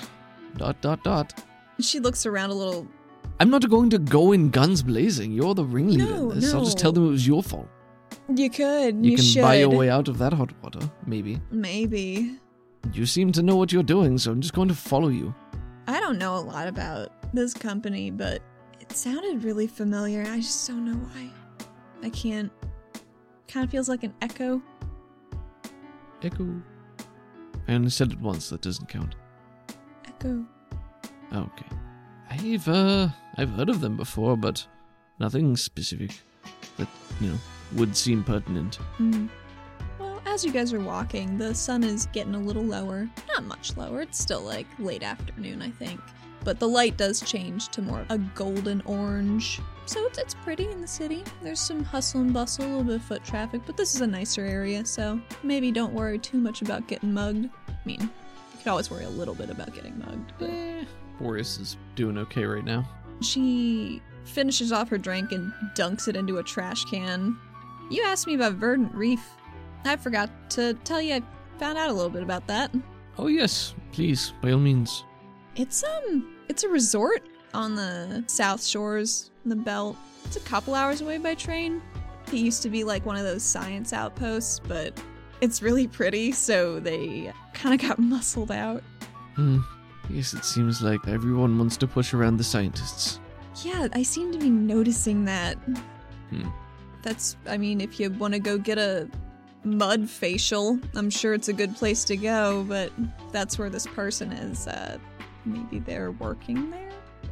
B: dot, dot, dot.
A: She looks around a little.
B: I'm not going to go in guns blazing. You're the ringleader
A: No,
B: in this. I'll just
A: no.
B: tell them it was your fault.
A: You could.
B: You,
A: You,
B: can
A: should.
B: buy your way out of that hot water, maybe.
A: Maybe.
B: You seem to know what you're doing, so I'm just going to follow you.
A: I don't know a lot about this company, but it sounded really familiar. I just don't know why. I can't. Kind of feels like an echo.
B: Echo. I only said it once, that doesn't count.
A: Echo.
B: Okay. I've uh I've heard of them before, but nothing specific that, you know, would seem pertinent.
A: Mm. Well, as you guys are walking, the sun is getting a little lower. Not much lower, it's still like late afternoon, I think. But the light does change to more of a golden orange. So it's, it's pretty in the city. There's some hustle and bustle, a little bit of foot traffic, but this is a nicer area, so maybe don't worry too much about getting mugged. I mean, you could always worry a little bit about getting mugged, but.
B: Eh, Boris is doing okay right now.
A: She finishes off her drink and dunks it into a trash can. You asked me about Verdant Reef. I forgot to tell you I found out a little bit about that.
B: Oh yes, please, by all means.
A: It's um it's a resort on the south shores, in the belt. It's a couple hours away by train. It used to be like one of those science outposts, but it's really pretty, so they kind of got muscled out.
B: Hmm. Yes, it seems like everyone wants to push around the scientists.
A: Yeah, I seem to be noticing that.
B: Hmm.
A: That's, I mean, if you want to go get a mud facial, I'm sure it's a good place to go, but that's where this person is. Uh, maybe they're working there?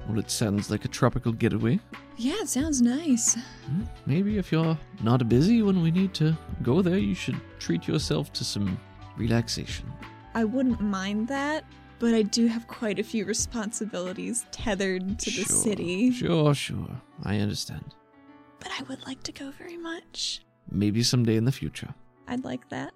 B: Well, it sounds like a tropical getaway.
A: Yeah, it sounds nice.
B: Hmm, Maybe if you're not busy when we need to go there, you should treat yourself to some relaxation.
A: I wouldn't mind that, but I do have quite a few responsibilities tethered to the
B: Sure,
A: city.
B: Sure, sure. I understand.
A: But I would like to go very much.
B: Maybe someday in the future.
A: I'd like that.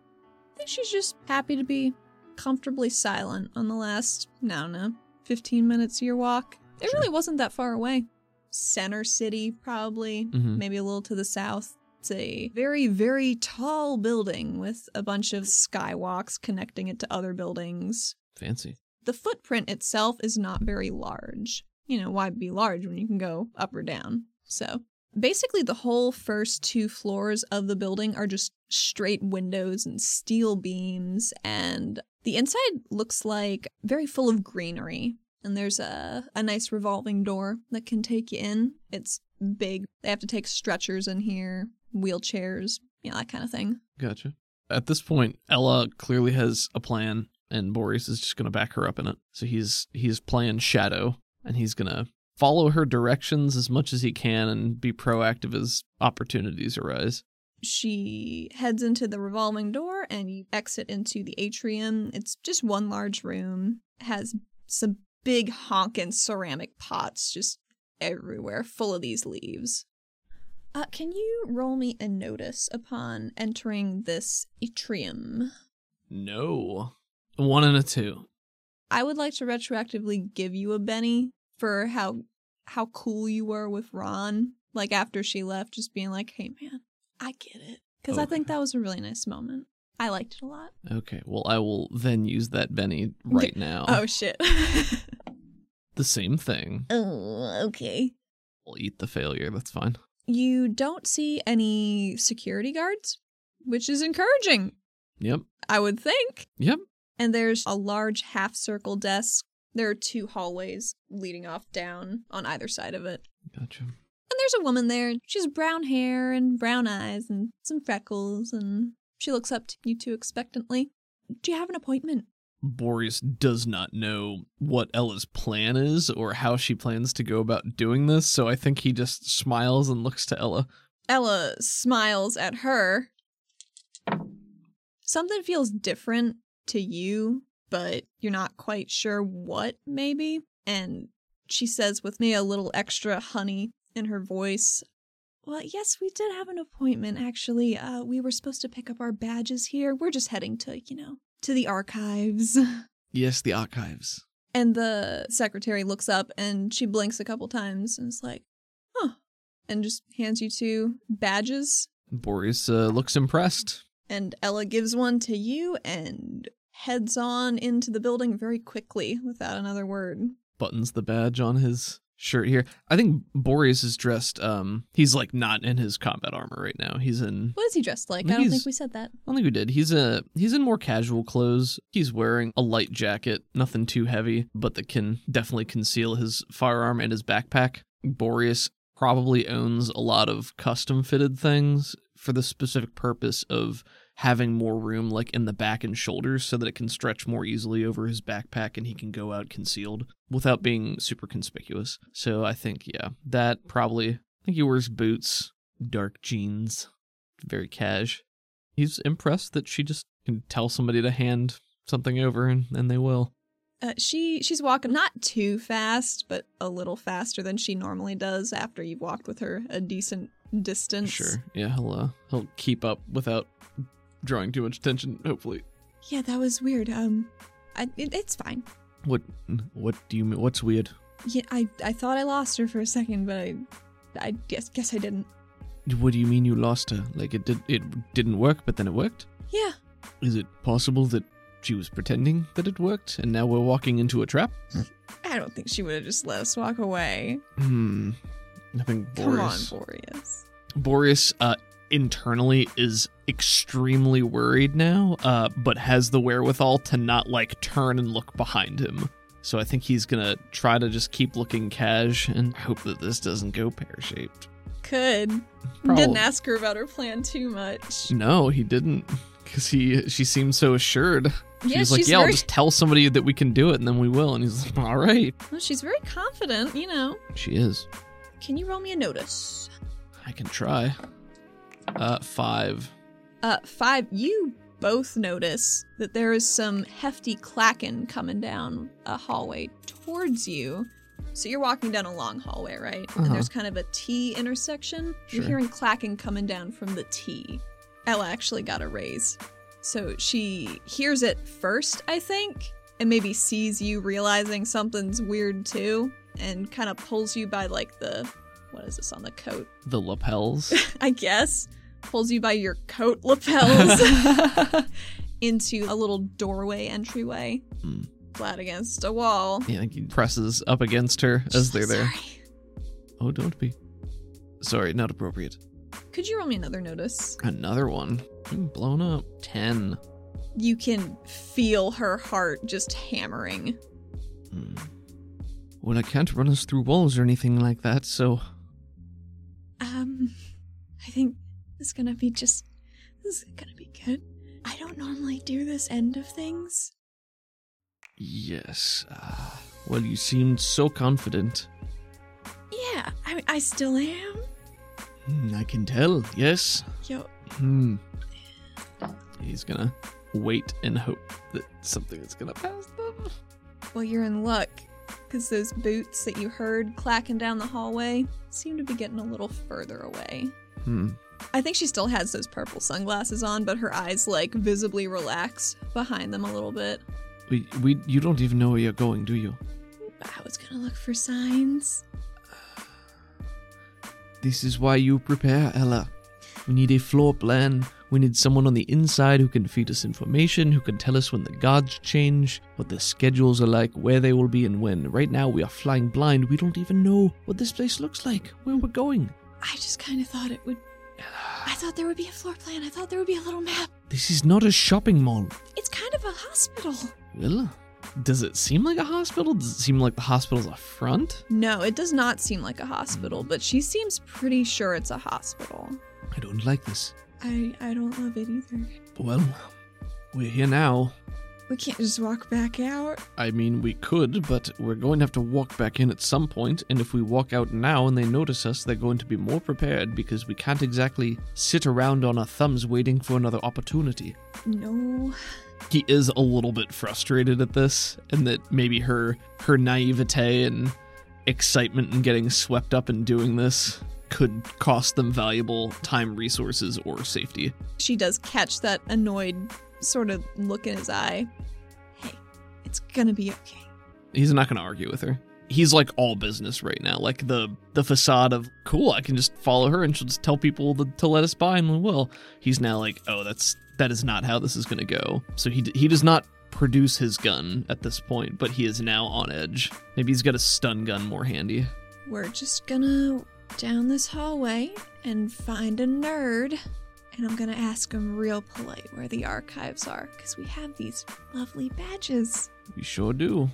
A: I think she's just happy to be comfortably silent on the last, no, no, 15 minutes of your walk. It
B: Sure.
A: really wasn't that far away. Center city, probably,
B: Mhm.
A: maybe a little to the south. It's a very, very tall building with a bunch of skywalks connecting it to other buildings.
B: Fancy.
A: The footprint itself is not very large. You know, why be large when you can go up or down? So basically, the whole first two floors of the building are just straight windows and steel beams, and the inside looks like very full of greenery. And there's a, a nice revolving door that can take you in. It's big. They have to take stretchers in here, wheelchairs, you know, that kind of thing.
B: Gotcha. At this point, Ella clearly has a plan, and Boris is just gonna back her up in it. So he's he's playing shadow, and he's gonna follow her directions as much as he can and be proactive as opportunities arise.
A: she heads into the revolving door and you exit into the atrium. It's just one large room, has some big honkin' ceramic pots just everywhere, full of these leaves. Uh, can you roll me a notice upon entering this atrium?
B: No. A One and a two.
A: I would like to retroactively give you a Benny for how how cool you were with Ron. Like after she left, just being like, "Hey, man, I get it," because I
B: Okay.
A: think that was a really nice moment. I liked it a lot.
B: Okay, well I will then use that Benny right now.
A: Oh shit.
B: The same thing.
A: oh, okay.
B: We'll eat the failure, that's fine.
A: You don't see any security guards, which is encouraging,
B: Yep.
A: I would think.
B: Yep.
A: And there's a large half circle desk. There are two hallways leading off down on either side of it.
B: Gotcha.
A: And there's a woman there. She has brown hair and brown eyes and some freckles, and she looks up to you two expectantly. Do you have an appointment?
B: Boris does not know what Ella's plan is or how she plans to go about doing this, so I think he just smiles and looks to Ella.
A: Ella smiles at her. Something feels different to you, but you're not quite sure what, maybe. And she says, with me a little extra honey in her voice, Well, yes, we did have an appointment, actually. Uh, we were supposed to pick up our badges here. We're just heading to, you know, to the archives.
B: Yes, the archives.
A: And the secretary looks up and she blinks a couple times and is like, Huh. And just hands you two badges
B: Boris uh, looks impressed.
A: and Ella gives one to you and heads on into the building very quickly without another word.
B: Buttons the badge on his shirt here. I think Boreas is dressed. Um, he's like not in his combat armor right now. He's in.
A: What is he dressed like?
B: I
A: I don't
B: he's-
A: think we said that.
B: I don't think we did. He's a he's in more casual clothes. He's wearing a light jacket, nothing too heavy, but that can definitely conceal his firearm and his backpack. Boreas probably owns a lot of custom fitted things for the specific purpose of having more room like in the back and shoulders so that it can stretch more easily over his backpack and he can go out concealed without being super conspicuous. So I think yeah, that probably I think he wears boots, dark jeans, very cash. He's impressed that she just can tell somebody to hand something over and, and they will.
A: Uh, she she's walking not too fast, but a little faster than she normally does after you've walked with her a decent distance.
B: Sure. Yeah, he'll uh, he'll keep up without drawing too much attention, hopefully.
A: Yeah, that was weird. Um, I, it, it's fine.
B: What what do you mean what's weird?
A: Yeah, I I thought I lost her for a second, but I I guess guess I didn't.
B: What do you mean you lost her? Like it did it didn't work, but then it worked?
A: Yeah,
B: Is it possible that she was pretending that it worked and now we're walking into a trap?
A: I don't think she would have just let us walk away.
B: Hmm. I think
A: Come on,
B: Boris
A: Boreas.
B: Boris uh, internally is extremely worried now, uh, but has the wherewithal to not like turn and look behind him. So I think he's gonna try to just keep looking cash and hope that this doesn't go pear shaped.
A: Could
B: Probably.
A: didn't ask her about her plan too much.
B: No, he didn't, because he she seemed so assured. She
A: yeah,
B: was like,
A: she's
B: "Yeah, I'll
A: very
B: just tell somebody that we can do it, and then we will." And he's like, "All right."
A: well, she's very confident. You know,
B: She is.
A: can you roll me a notice?
B: I can try. Uh, five.
A: Uh, five, you both notice that there is some hefty clacking coming down a hallway towards you. So you're walking down a long hallway, right?
B: Uh-huh.
A: And there's kind of a T intersection.
B: Sure.
A: You're hearing clacking coming down from the T. Ella actually got a raise. So she hears it first, I think, and maybe sees you realizing something's weird too, and kind of pulls you by like the, what is this on the coat?
B: The lapels.
A: I guess, pulls you by your coat lapels into a little doorway entryway,
B: Hmm.
A: flat against a wall.
B: Yeah, I think he presses up against her as they're there.
A: Sorry.
B: Oh, don't be. Sorry, not appropriate.
A: Could you roll me another notice?
B: Another one. Being blown up. Ten.
A: You can feel her heart just hammering.
B: Hmm. Well, I can't run us through walls or anything like that, so
A: Um, I think this is gonna be just. This is gonna be good. I don't normally do this end of things.
B: yes. Ah, well, you seemed so confident.
A: Yeah, I mean, I still am.
B: Hmm, I can tell. Yes.
A: Yo,
B: Hmm. He's gonna wait and hope that something is gonna pass them.
A: Well, you're in luck, because those boots that you heard clacking down the hallway seem to be getting a little further away.
B: Hmm.
A: I think she still has those purple sunglasses on, but her eyes, like, visibly relax behind them a little bit.
B: We, we, you don't even know where you're going, do you?
A: I was gonna look for signs.
B: This is why you prepare, Ella. We need a floor plan. We need someone on the inside who can feed us information, who can tell us when the guards change, what their schedules are like, where they will be, and when. Right now, we are flying blind. We don't even know what this place looks like, where we're going.
A: I just kind of thought it would. I thought there would be a floor plan. I thought there would be a little map.
B: This is not a shopping mall.
A: It's kind of a hospital.
B: Well, does it seem like a hospital? Does it seem like the hospital's a front?
A: No, it does not seem like a hospital, but she seems pretty sure it's a hospital.
B: I don't like this.
A: I I don't love it either.
B: Well, we're here now.
A: We can't just walk back out.
B: I mean, we could, but we're going to have to walk back in at some point, and if we walk out now and they notice us, they're going to be more prepared because we can't exactly sit around on our thumbs waiting for another opportunity.
A: No.
B: He is a little bit frustrated at this, and that maybe her her naivete and excitement in getting swept up in doing this could cost them valuable time, resources, or safety.
A: She does catch that annoyed sort of look in his eye. Hey, it's gonna be okay.
B: he's not going to argue with her. He's like all business right now. Like the the facade of cool, I can just follow her and she'll just tell people to, to let us by, and we will. He's now like, oh, that's that is not how this is going to go. So he d- he does not produce his gun at this point, but he is now on edge. Maybe he's got a stun gun more handy.
A: We're just gonna down this hallway and find a nerd. And I'm gonna ask him real polite where the archives are, because we have these lovely badges.
B: We sure do.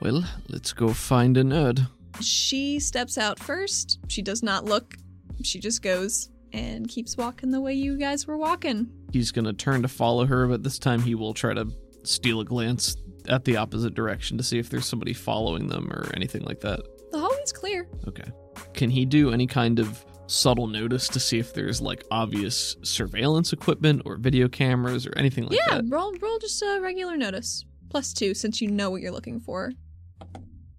B: Well, let's go find a nerd.
A: She steps out first. She does not look. She just goes and keeps walking the way you guys were walking.
B: He's gonna turn to follow her, but this time he will try to steal a glance at the opposite direction to see if there's somebody following them or anything like that.
A: The hallway's clear.
B: Okay. Can he do any kind of subtle notice to see if there's like obvious surveillance equipment or video cameras or anything like
A: yeah,
B: that?
A: roll roll just a regular notice. Plus two, since you know what you're looking for.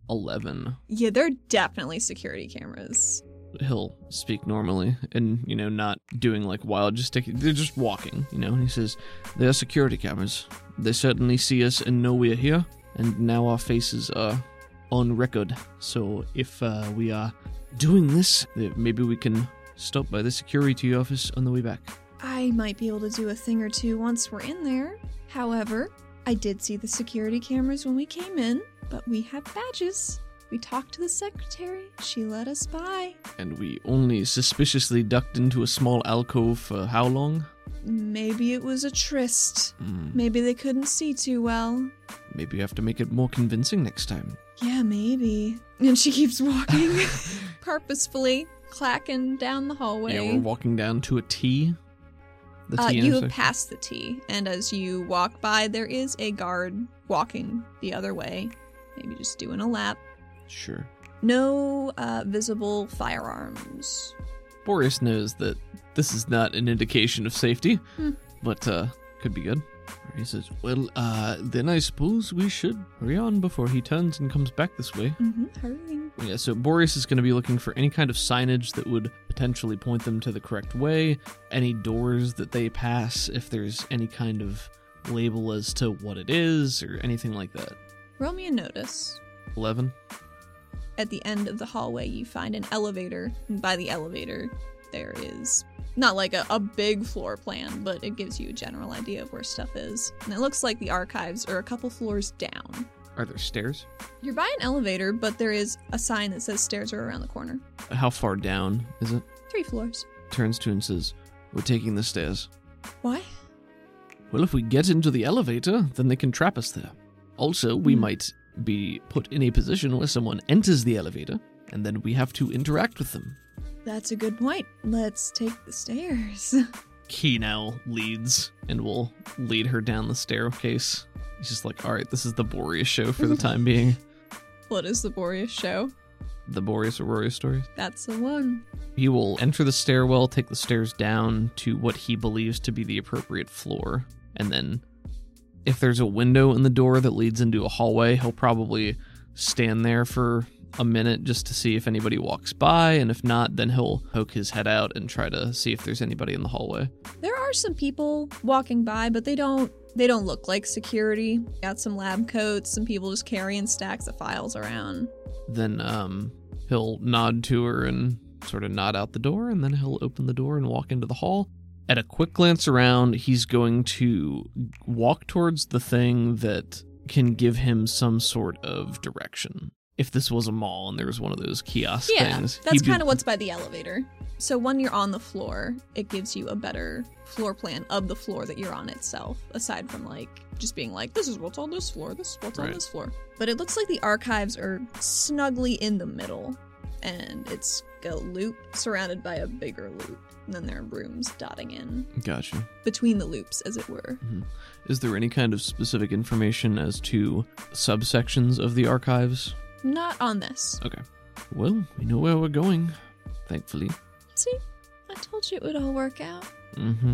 B: 11.
A: Yeah, they're definitely security cameras.
B: He'll speak normally and, you know, not doing like wild gestic. They're just walking, you know, and he says, There are security cameras. They certainly see us and know we are here, and now our faces are on record. So if uh, we are doing this, eh, maybe we can stop by the security office on the way back.
A: I might be able to do a thing or two once we're in there. However, I did see the security cameras when we came in, but we have badges. We talked to the secretary, she let us by.
B: And we only suspiciously ducked into a small alcove for how long?
A: Maybe it was a tryst.
B: Hmm,
A: Maybe they couldn't see too well.
B: maybe you have to make it more convincing next time.
A: Yeah, maybe. And she keeps walking purposefully, clacking down the hallway.
B: Yeah, we're walking down to a T. The
A: Uh,
B: T
A: you
B: intersection.
A: have passed the T, and as you walk by, there is a guard walking the other way, maybe just doing a lap.
B: Sure.
A: No uh, visible firearms.
B: Boris knows that this is not an indication of safety,
A: Hmm.
B: but uh, could be good. He says, Well, uh, then I suppose we should hurry on before he turns and comes back this way.
A: Mm-hmm, hurrying.
B: Yeah, so Boreas is going to be looking for any kind of signage that would potentially point them to the correct way, any doors that they pass, if there's any kind of label as to what it is, or anything like that.
A: Roll me a notice.
B: 11.
A: At the end of the hallway, you find an elevator, and by the elevator, there is not like a, a big floor plan, but it gives you a general idea of where stuff is. And it looks like the archives are a couple floors down.
B: Are there stairs?
A: You're by an elevator, but there is a sign that says stairs are around the corner.
B: How far down is it?
A: Three floors.
B: Turns to and says, We're taking the stairs.
A: Why?
B: Well, if we get into the elevator, then they can trap us there. Also, we
A: Hmm.
B: might be put in a position where someone enters the elevator, and then we have to interact with them.
A: That's a good point. Let's take the stairs.
B: Key now leads and will lead her down the staircase. He's just like, all right, this is the Boreas show for the time being.
A: what is the Boreas show?
B: The Boreas Aurora stories.
A: That's the one.
B: He will enter the stairwell, take the stairs down to what he believes to be the appropriate floor, and then if there's a window in the door that leads into a hallway, he'll probably stand there for a minute just to see if anybody walks by, and if not, then he'll poke his head out and try to see if there's anybody in the hallway.
A: There are some people walking by, but they don't they don't look like security. Got some lab coats, some people just carrying stacks of files around.
B: Then um he'll nod to her and sort of nod out the door, and then he'll open the door and walk into the hall. At a quick glance around, he's going to walk towards the thing that can give him some sort of direction. If this was a mall and there was one of those kiosk
A: yeah,
B: things,
A: that's
B: he'd be-
A: kind of what's by the elevator. So when you're on the floor, it gives you a better floor plan of the floor that you're on itself, aside from like just being like, this is what's on this floor, this is what's on
B: Right.
A: this floor. But it looks like the archives are snugly in the middle, and it's a loop surrounded by a bigger loop. And then there are rooms dotting in
B: Gotcha.
A: between the loops, as it were.
B: Is there any kind of specific information as to subsections of the archives?
A: Not on this.
B: Well, we know where we're going, thankfully.
A: See, I told you it would all work out.
B: Mm-hmm.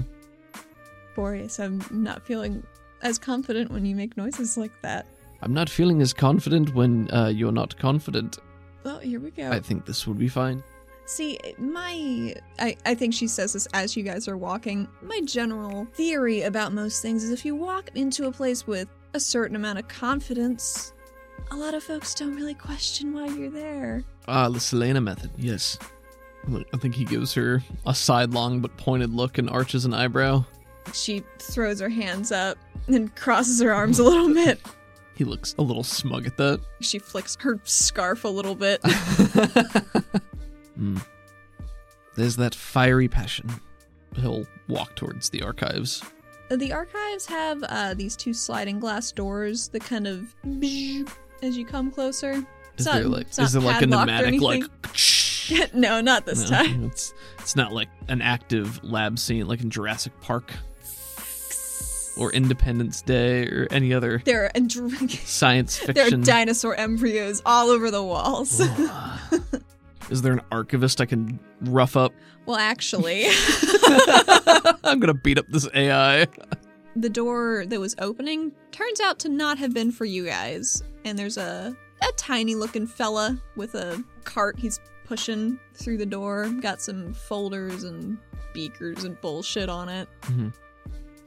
A: Boreas, I'm not feeling as confident when you make noises like that.
B: I'm not feeling as confident when uh, you're not confident.
A: Oh, here we go.
B: I think this would be fine.
A: See, my. I, I think she says this as you guys are walking. My general theory about most things is if you walk into a place with a certain amount of confidence, a lot of folks don't really question why you're there.
B: Ah, the Selena method, yes. I think he gives her a sidelong but pointed look and arches an eyebrow.
A: She throws her hands up and crosses her arms a little bit.
B: He looks a little smug at that.
A: She flicks her scarf a little bit.
B: Hmm. There's that fiery passion. He'll walk towards the archives.
A: the archives have uh, these two sliding glass doors that kind of bzzz as you come closer. It's
B: Is there
A: not-
B: like
A: it's
B: is there
A: not
B: like a
A: padlocked or
B: pneumatic like
A: anything. no, not this
B: No,
A: time.
B: It's it's not like an active lab scene like in Jurassic Park or Independence Day or any other
A: There are, and dr-
B: science
A: there are
B: fiction.
A: dinosaur embryos all over the walls.
B: Is there an archivist I can rough up?
A: well, actually,
B: I'm gonna beat up this AI.
A: the door that was opening turns out to not have been for you guys. And there's a a tiny looking fella with a cart he's pushing through the door. Got some folders and beakers and bullshit on it.
B: Mhm.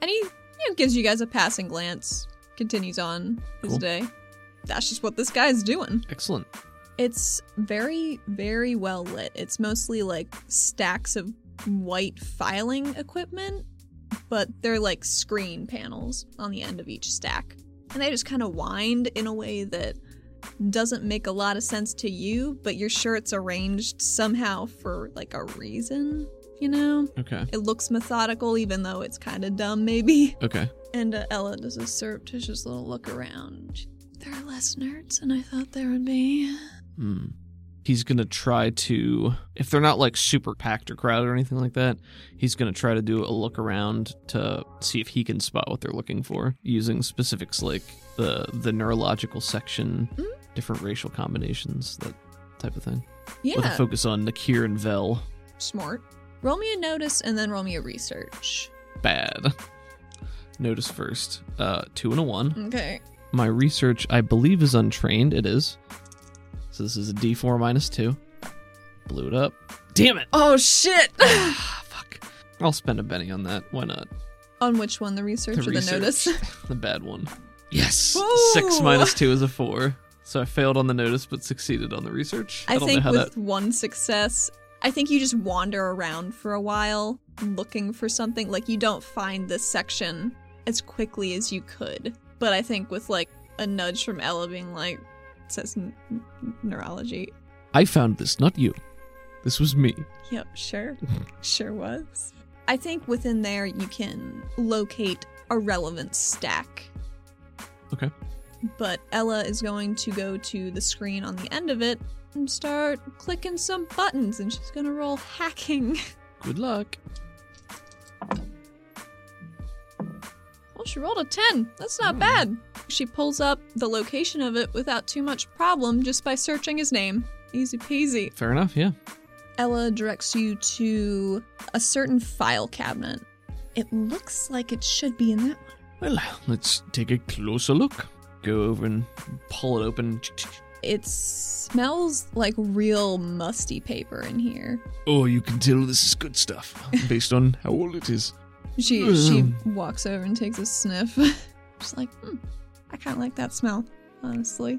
A: And he you know, gives you guys a passing glance. Continues on his
B: Cool.
A: day. That's just what this guy's doing.
B: Excellent.
A: It's very, very well lit. It's mostly like stacks of white filing equipment, but they're like screen panels on the end of each stack. And they just kind of wind in a way that doesn't make a lot of sense to you, but you're sure it's arranged somehow for like a reason, you know?
B: Okay.
A: It looks methodical, even though it's kind of dumb, maybe.
B: Okay.
A: And uh, Ella does a surreptitious little look around. There are less nerds than I thought there would be.
B: Hmm. He's gonna try to, if they're not like super packed or crowded or anything like that, he's gonna try to do a look around to see if he can spot what they're looking for using specifics like the the neurological section,
A: Mm.
B: different racial combinations, that type of thing. With a
A: Yeah,
B: focus on Nakir and Vel.
A: smart. Roll me a notice and then roll me a research.
B: Bad. Notice first. Uh, two and a one.
A: Okay.
B: My research, I believe, is untrained. It is. So this is a D4 minus two. Blew it up. Damn it.
A: Oh shit!
B: Ah, fuck. I'll spend a penny on that. Why not?
A: On which one, the research or the notice?
B: the bad one. Yes.
A: Woo!
B: Six minus two is a four. So I failed on the notice but succeeded on the research. I,
A: I
B: don't
A: think
B: know how
A: with one success, I think you just wander around for a while looking for something. Like you don't find this section as quickly as you could. But I think with like a nudge from Ella being like, it says n- n- neurology.
B: that. I found this, not you. This was me.
A: Yep, sure. sure was. I think within there you can locate a relevant stack.
B: Okay.
A: But Ella is going to go to the screen on the end of it and start clicking some buttons and she's going to roll hacking.
B: Good luck.
A: Well, she rolled a 10. That's not bad. She pulls up the location of it without too much problem just by searching his name. Easy peasy.
B: Fair enough, yeah.
A: Ella directs you to a certain file cabinet. It looks like it should be in that one.
B: Well, let's take a closer look. Go over and pull it open.
A: It smells like real musty paper in here.
C: Oh, you can tell this is good stuff
B: Based on how old it is.
A: She she walks over and takes a sniff. She's like, hmm, I kind of like that smell, honestly.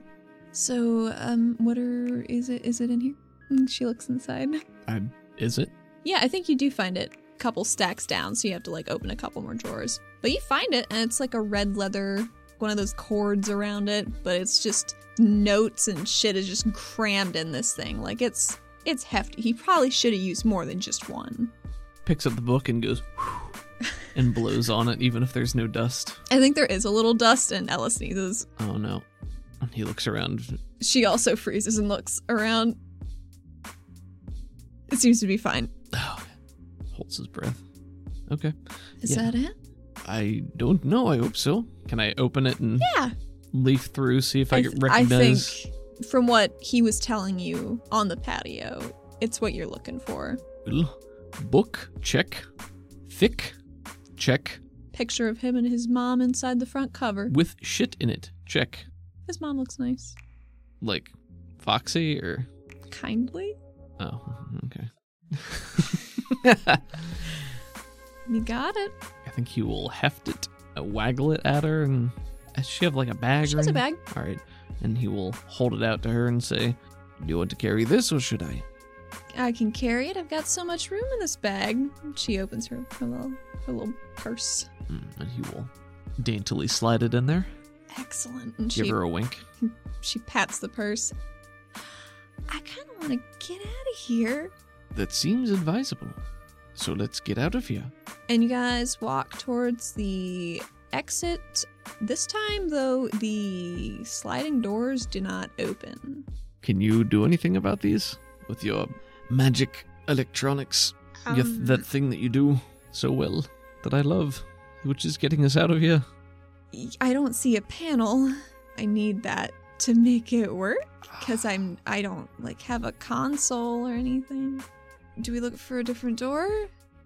A: So, um, what are is it is it in here? And she looks inside.
B: Is it?
A: Yeah, I think you do find it a couple stacks down, so you have to like open a couple more drawers. But you find it, and it's like a red leather, one of those cords around it, but it's just notes and shit is just crammed in this thing. Like it's it's hefty. He probably should have used more than just one.
B: Picks up the book and goes "Whew," and blows on it, even if there's no dust.
A: I think there is a little dust, and Ella sneezes.
B: Oh no. He looks around.
A: She also freezes and looks around. It seems to be fine.
B: Oh, holds his breath. Okay.
A: Is
B: Yeah.
A: that it?
B: I don't know. I hope so. Can I open it and
A: Yeah.
B: leaf through, see if I,
A: th-
B: get recognize?
A: think from what he was telling you on the patio, it's what you're looking for.
B: Well, Book, check. Thick, check.
A: Picture of him and his mom inside the front cover.
B: With shit in it, check.
A: His mom looks nice.
B: Like Foxy or.
A: Kindly?
B: Oh, okay.
A: You got it.
B: I think he will heft it, uh, waggle it at her, and. Does she have like a bag
A: She
B: or
A: has a
B: anything?
A: bag.
B: All right. And he will hold it out to her and say, Do you want to carry this or should I?
A: I can carry it. I've got so much room in this bag. She opens her, her, little, her little purse.
B: Mm, And he will daintily slide it in there.
A: Excellent. And
B: Give
A: she,
B: her a wink.
A: she pats the purse. I kind of want to get out of here.
B: That seems advisable. So let's get out of here.
A: And you guys walk towards the exit. This time, though, the sliding doors do not open.
B: Can you do anything about these with your magic electronics? Your th-
A: Um,
B: that thing that you do so well that I love, which is getting us out of here.
A: I don't see a panel. I need that to make it work because I'm I don't like have a console or anything. Do we look for a different door?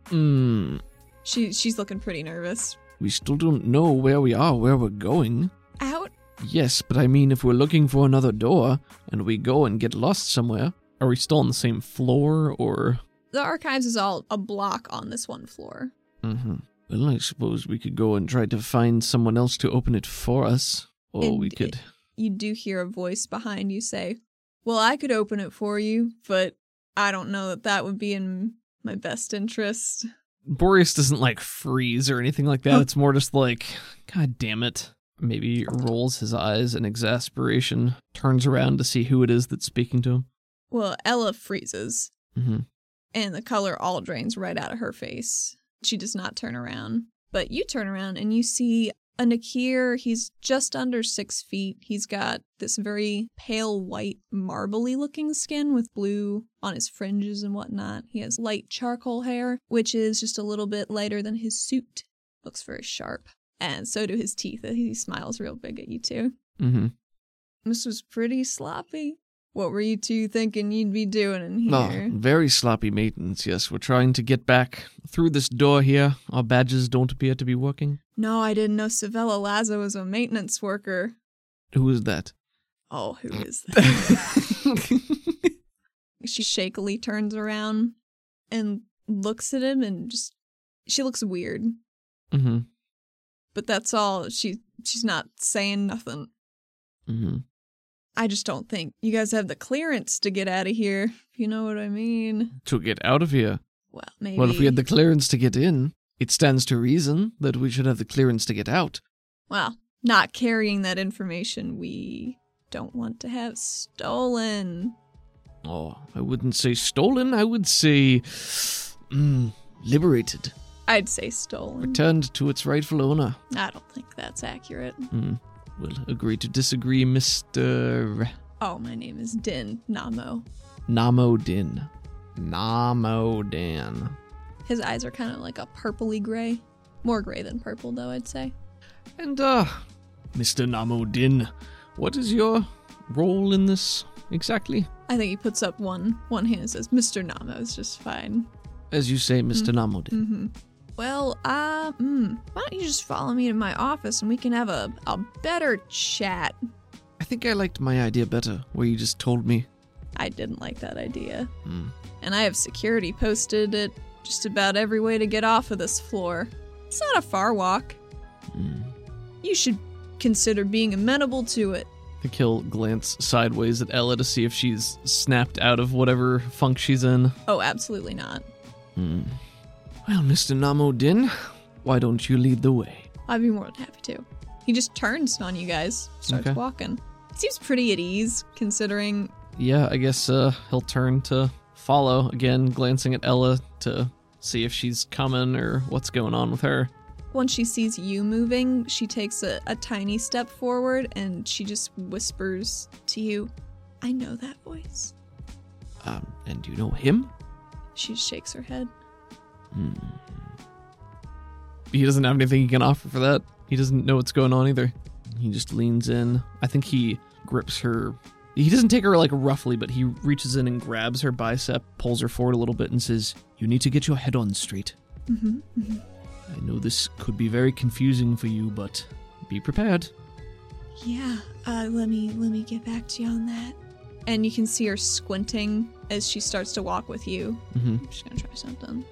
B: Hmm.
A: She she's looking pretty nervous.
B: We still don't know where we are, where we're going.
A: Out.
B: Yes, but I mean, if we're looking for another door and we go and get lost somewhere, are we still on the same floor or?
A: The archives is all a block on this one floor.
B: Mm-hmm. Well, I suppose we could go and try to find someone else to open it for us, or we
A: And it-
B: could.
A: You do hear a voice behind you say, "Well, I could open it for you, but I don't know that that would be in my best interest."
B: Boreas doesn't like freeze or anything like that. It's more just like, God damn it. Maybe rolls his eyes in exasperation, turns around to see who it is that's speaking to him.
A: Well, Ella freezes
B: Mm-hmm.
A: and the color all drains right out of her face. She does not turn around. But you turn around and you see a Nakir. He's just under six feet. He's got this very pale white, marbly looking skin with blue on his fringes and whatnot. He has light charcoal hair, which is just a little bit lighter than his suit. Looks very sharp. And so do his teeth. He smiles real big at you, too.
B: Mm-hmm.
A: This was pretty sloppy. What were you two thinking you'd be doing in
B: Oh,
A: here?
B: very sloppy maintenance, yes. We're trying to get back through this door here. Our badges don't appear to be working.
A: No, I didn't know Savella Lazo was a maintenance worker.
B: Who is that? Mm-hmm.
A: Oh, who is that? she shakily turns around and looks at him and just she looks weird.
B: mm-hmm.
A: But that's all she she's not saying nothing.
B: Mm-hmm.
A: I just don't think you guys have the clearance to get out of here, if you know what I mean.
B: To get out of here.
A: Well maybe
B: Well, if we had the clearance to get in, it stands to reason that we should have the clearance to get out.
A: Well, not carrying that information we don't want to have stolen.
B: Oh, I wouldn't say stolen. I would say mm, liberated,
A: I'd say stolen.
B: returned to its rightful owner.
A: I don't think that's accurate.
B: Mm. We'll agree to disagree, Mister
A: Oh, my name is Din Namo.
B: Namodin. Namodin.
A: His eyes are kind of like a purpley gray. More gray than purple, though, I'd say.
B: And uh, Mister Namodin, what is your role in this exactly?
A: I think he puts up one one hand and says, Mr. Namo is just fine.
B: As you say, Mister Namodin.
A: Mm-hmm. Well, uh, mm, why don't you just follow me to my office and we can have a, a better chat?
B: I think I liked my idea better, where you just told me.
A: I didn't like that idea.
B: Mm.
A: And I have security posted at just about every way to get off of this floor. It's not a far walk.
B: Mm.
A: You should consider being amenable to it.
B: I kill glance sideways at Ella to see if she's snapped out of whatever funk she's in.
A: Oh, absolutely not.
B: Well, Mr. Namodin, why don't you lead the way?
A: I'd be more than happy to. He just turns on you guys, starts
B: Okay.
A: walking. Seems pretty at ease considering.
B: Yeah, I guess uh, he'll turn to follow again, glancing at Ella to see if she's coming or what's going on with her.
A: Once she sees you moving, she takes a, a tiny step forward and she just whispers to you, I know that voice.
B: Um, and you know him?
A: She shakes her head.
B: He doesn't have anything he can offer for that. He doesn't know what's going on either. He just leans in. I think he grips her. He doesn't take her like roughly, but he reaches in and grabs her bicep, pulls her forward a little bit, and says, You need to get your head on straight.
A: Mm-hmm.
B: I know this could be very confusing for you, but be prepared.
A: Yeah, uh, let me let me get back to you on that. And you can see her squinting as she starts to walk with you.
B: Mm-hmm.
A: I'm just gonna try something.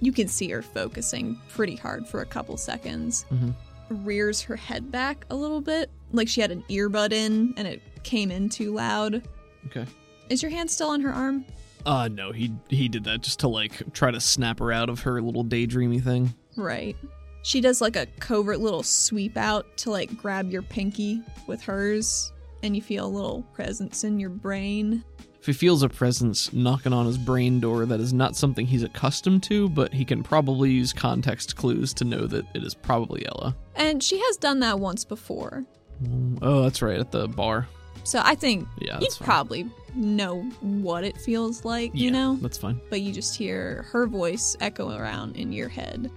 A: You can see her focusing pretty hard for a couple seconds.
B: Mhm.
A: Rears her head back a little bit, like she had an earbud in and it came in too loud.
B: Okay.
A: Is your hand still on her arm?
B: Uh no, he he did that just to like try to snap her out of her little daydreamy thing.
A: Right. She does like a covert little sweep out to like grab your pinky with hers, and you feel a little presence in your brain.
B: If he feels a presence knocking on his brain door, that is not something he's accustomed to, but he can probably use context clues to know that it is probably Ella.
A: And she has done that once before.
B: Mm, Oh, that's right, at the bar.
A: So I think
B: Yeah,
A: you
B: that's fine.
A: probably know what it feels like, you
B: Yeah,
A: know?
B: That's fine.
A: but you just hear her voice echo around in your head.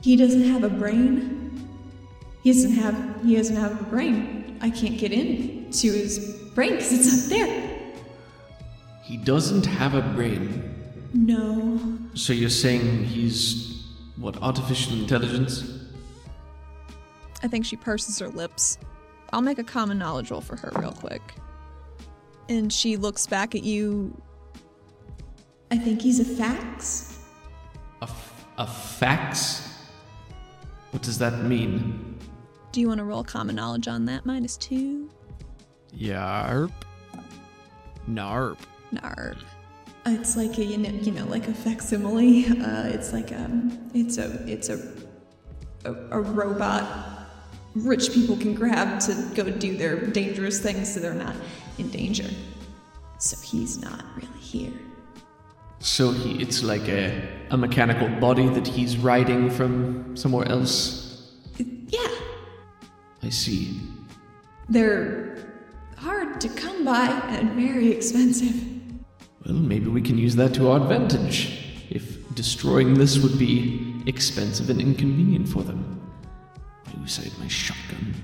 A: He doesn't have a brain. He doesn't have he doesn't have a brain. I can't get in to his brain cuz it's up there.
D: He doesn't have a brain.
A: No.
D: So you're saying he's. what, artificial intelligence?
A: I think she purses her lips. I'll make a common knowledge roll for her real quick. And she looks back at you. I think he's a fax.
D: A, f- a fax? What does that mean?
A: Do you want to roll common knowledge on that? Minus two.
B: Yarp. Narp.
A: Narb. It's like a you know, you know like a facsimile. Uh, it's like um, it's a it's a, a a robot rich people can grab to go do their dangerous things so they're not in danger. So he's not really here.
D: So he, it's like a, a mechanical body that he's riding from somewhere else?
A: Yeah,
D: I see.
A: they're hard to come by and very expensive.
D: Well, maybe we can use that to our advantage. If destroying this would be expensive and inconvenient for them. I use out my shotgun.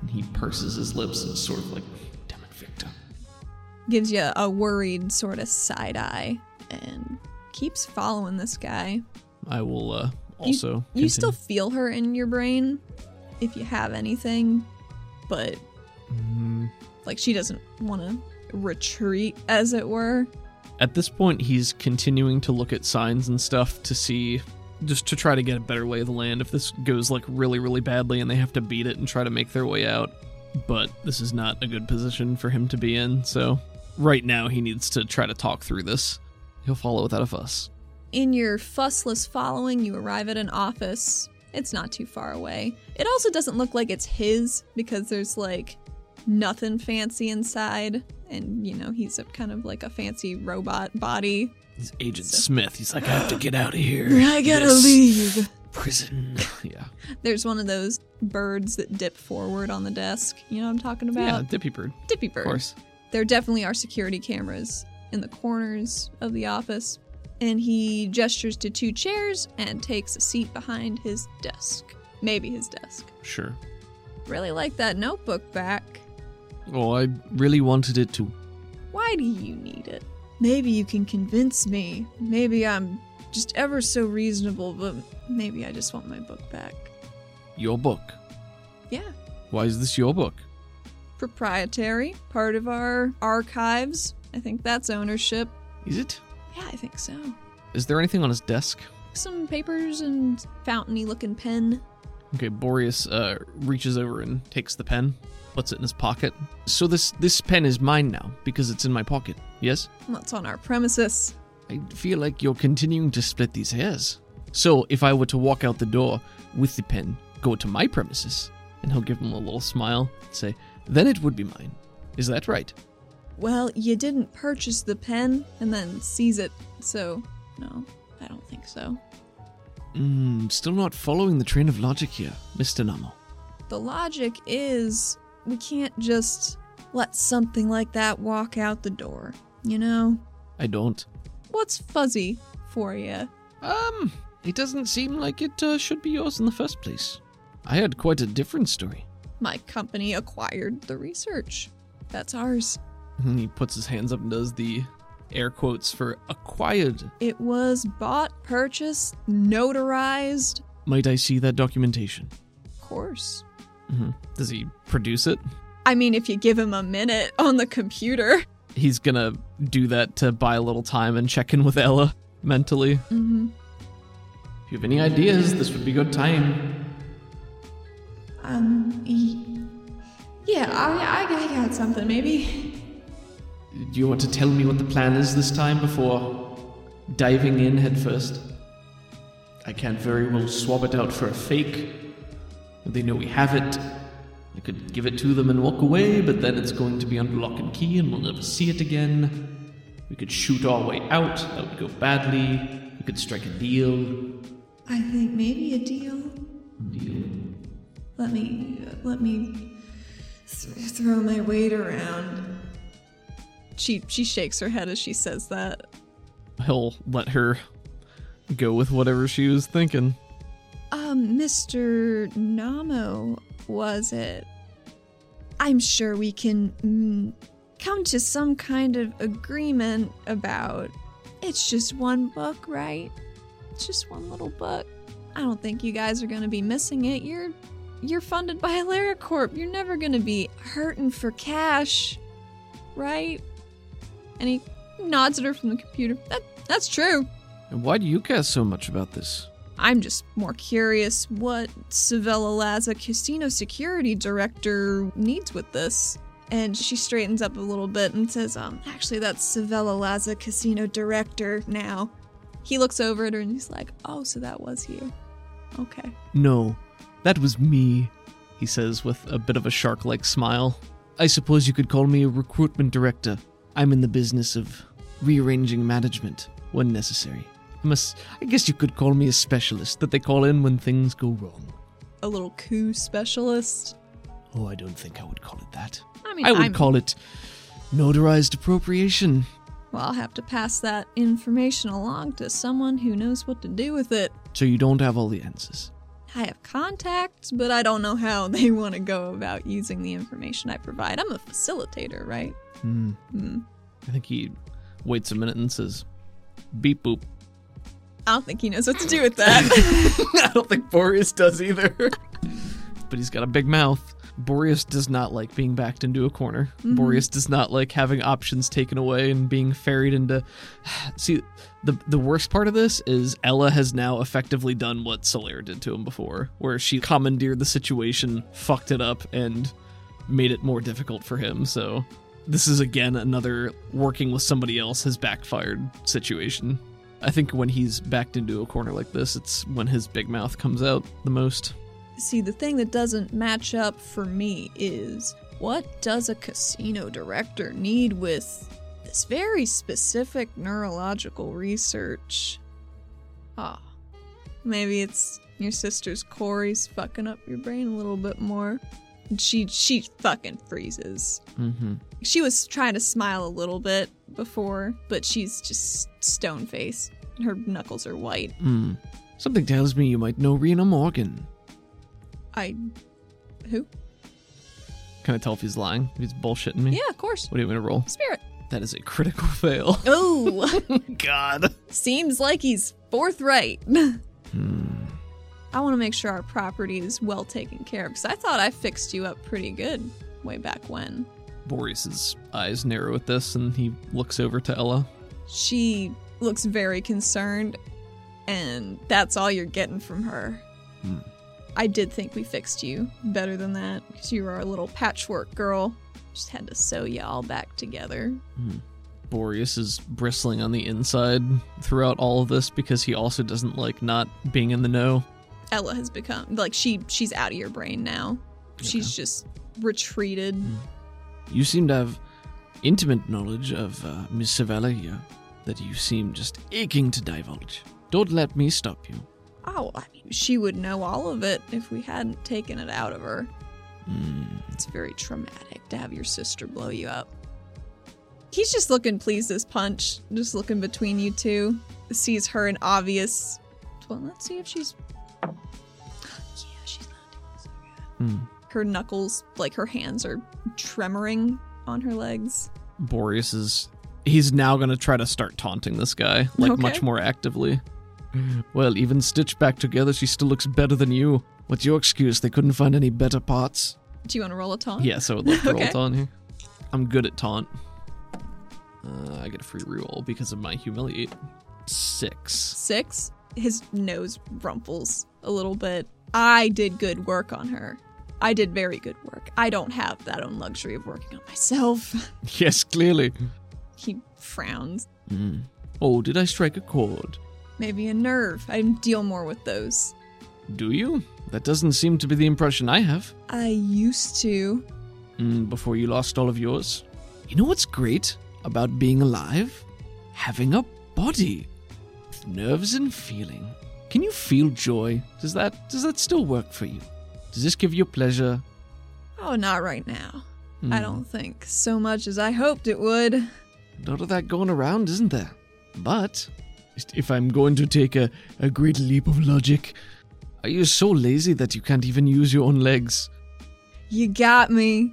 D: And he purses his lips and is sort of like, damn it, Victor.
A: Gives you a worried sort of side eye and keeps following this guy.
B: I will uh,
A: You-
B: also.
A: you,
B: continue.
A: still feel her in your brain if you have anything but
B: Mm-hmm.
A: like she doesn't want to retreat as it were
B: At this point, he's continuing to look at signs and stuff to see, just to try to get a better lay of the land. If this goes like really, really badly and they have to beat it and try to make their way out, but this is not a good position for him to be in. So, right now, he needs to try to talk through this. He'll follow without a fuss.
A: in your fussless following you arrive at an office it's not too far away it also doesn't look like it's his because there's like nothing fancy inside and you know he's a kind of like a fancy robot body
B: He's Agent Smith. He's like, I have to get out of here.
A: i gotta
B: This
A: leave
B: Prison. yeah.
A: there's one of those birds that dip forward on the desk you know what i'm talking about
B: Yeah, Dippy Bird,
A: Dippy
B: of
A: Bird.
B: course.
A: There definitely are security cameras in the corners of the office. And he gestures to two chairs and takes a seat behind his desk. Maybe his desk.
B: Sure.
A: Really like that notebook back.
B: Oh, I really wanted it to.
A: Why do you need it? Maybe you can convince me. Maybe I'm just ever so reasonable, but maybe I just want my book back.
B: Your book.
A: Yeah.
B: Why is this your book?
A: Proprietary, part of our archives. I think that's ownership.
B: Is it?
A: Yeah, I think so.
B: Is there anything on his desk?
A: Some papers and fountainy looking pen.
B: Okay, Boreas uh, reaches over and takes the pen, puts it in his pocket. So this this pen is mine now because it's in my pocket. Yes,
A: What's on our premises?
B: I feel like you're continuing to split these hairs. So if I were to walk out the door with the pen, go to my premises, and he'll give him a little smile, say, then it would be mine. Is that right?
A: Well, you didn't purchase the pen and then seize it, so no, I don't think so.
B: Mm, still not following the train of logic here, Mister Namo.
A: The logic is we can't just let something like that walk out the door, you know?
B: I don't.
A: What's fuzzy for you?
B: Um, it doesn't seem like it uh, should be yours in the first place. I had quite a different story.
A: My company acquired the research. That's ours.
B: And he puts his hands up and does the air quotes for acquired.
A: It was bought, purchased, notarized.
B: Might I see that documentation?
A: Of course.
B: hmm Does he produce it?
A: I mean, if you give him a minute on the computer.
B: He's gonna do that to buy a little time and check in with Ella mentally.
A: Mm-hmm.
D: If you have any ideas, this would be good time.
A: Um, y- yeah, I, I, I got something, maybe.
D: Do you want to tell me what the plan is this time before diving in headfirst? I can't very well swab it out for a fake. They know we have it. I could give it to them and walk away, but then it's going to be under lock and key and we'll never see it again. We could shoot our way out, that would go badly. We could strike a deal.
A: I think maybe a deal.
D: Deal.
A: Let me let me th- throw my weight around. She she shakes her head as she says that.
B: He'll let her go with whatever she was thinking.
A: Um, Mr. Namo, was it? I'm sure we can mm, come to some kind of agreement about. It's just one book, right? It's just one little book. I don't think you guys are gonna be missing it. You're you're funded by Alara Corp. You're never gonna be hurting for cash, right? And he nods at her from the computer. That, that's true.
B: And why do you care so much about this?
A: I'm just more curious what Savella Laza, casino security director, needs with this. And she straightens up a little bit and says, um, actually, that's Savella Laza, casino director now. He looks over at her and he's like, oh, so that was you. Okay.
B: No, that was me, he says with a bit of a shark like smile. I suppose you could call me a recruitment director. I'm in the business of rearranging management when necessary. I, must, I guess you could call me a specialist that they call in when things go wrong.
A: A little coup specialist.
B: Oh, I don't think I would call it that.
A: I mean,
B: I would
A: I'm-
B: call it notarized appropriation.
A: well, I'll have to pass that information along to someone who knows what to do with it.
B: So you don't have all the answers.
A: I have contacts, but I don't know how they want to go about using the information I provide. I'm a facilitator, right?
B: Hmm.
A: Hmm.
B: I think he waits a minute and says, beep boop.
A: I don't think he knows what to do with that.
B: I don't think Boreas does either. but he's got a big mouth. Boreas does not like being backed into a corner. Boreas does not like having options taken away and being ferried into. See, the the worst part of this is Ella has now effectively done what Solaire did to him before, where she commandeered the situation, fucked it up, and made it more difficult for him. So this is again another working with somebody else has backfired situation. I think when he's backed into a corner like this, it's when his big mouth comes out the most.
A: See, the thing that doesn't match up for me is what does a casino director need with this very specific neurological research? Ah, maybe it's your sister's Corey's fucking up your brain a little bit more. And She she fucking freezes.
B: Mm-hmm.
A: She was trying to smile a little bit before, but she's just stone faced. Her knuckles are white.
B: Mm. Something tells me you might know Rena Morgan.
A: I. Who?
B: Can I tell if he's lying? If he's bullshitting me?
A: Yeah, of course.
B: What do you want me to roll?
A: Spirit.
B: That is a critical fail.
A: Oh,
B: God.
A: seems like he's forthright. I want to make sure our property is well taken care of because I thought I fixed you up pretty good way back when.
B: Boreas's eyes narrow at this, and he looks over to Ella.
A: She looks very concerned, and that's all you're getting from her.
B: Hmm.
A: I did think we fixed you better than that because you were our little patchwork girl. Just had to sew you all back together.
B: Boreas is bristling on the inside throughout all of this because he also doesn't like not being in the know.
A: Ella has become like she she's out of your brain now. She's just retreated.
B: You seem to have intimate knowledge of uh, Miss Savella here that you seem just aching to divulge. Don't let me stop you.
A: Oh, I mean, she would know all of it if we hadn't taken it out of her.
B: Hmm.
A: It's very traumatic to have your sister blow you up. He's just looking pleased as punch, just looking between you two. Sees her in obvious. Well, let's see if she's. Yeah, she's not doing so good.
B: Hmm.
A: Her knuckles, like her hands, are tremoring on her legs.
B: Boreas is. He's now going to try to start taunting this guy, like
A: Okay.
B: much more actively. Well, even stitched back together, she still looks better than you. What's your excuse? They couldn't find any better parts?
A: Do you want to roll a taunt?
B: Yes, I would like to roll
A: Okay.
B: taunt here. I'm good at taunt. Uh, I get a free reroll because of my humiliate. Six.
A: six, his nose rumples a little bit. I did good work on her. I did very good work. I don't have that own luxury of working on myself.
B: Yes, clearly.
A: He frowns.
B: Oh, did I strike a chord?
A: Maybe a nerve. I deal more with those.
B: Do you? That doesn't seem to be the impression I have.
A: I used to.
B: Mm, before you lost all of yours. You know what's great about being alive? Having a body with nerves and feeling. Can you feel joy? Does that does that still work for you? Does this give you pleasure?
A: Oh, not right now. I don't think so much as I hoped it would.
B: A lot of that going around, isn't there? But if I'm going to take a, a great leap of logic, are you so lazy that you can't even use your own legs?
A: You got me.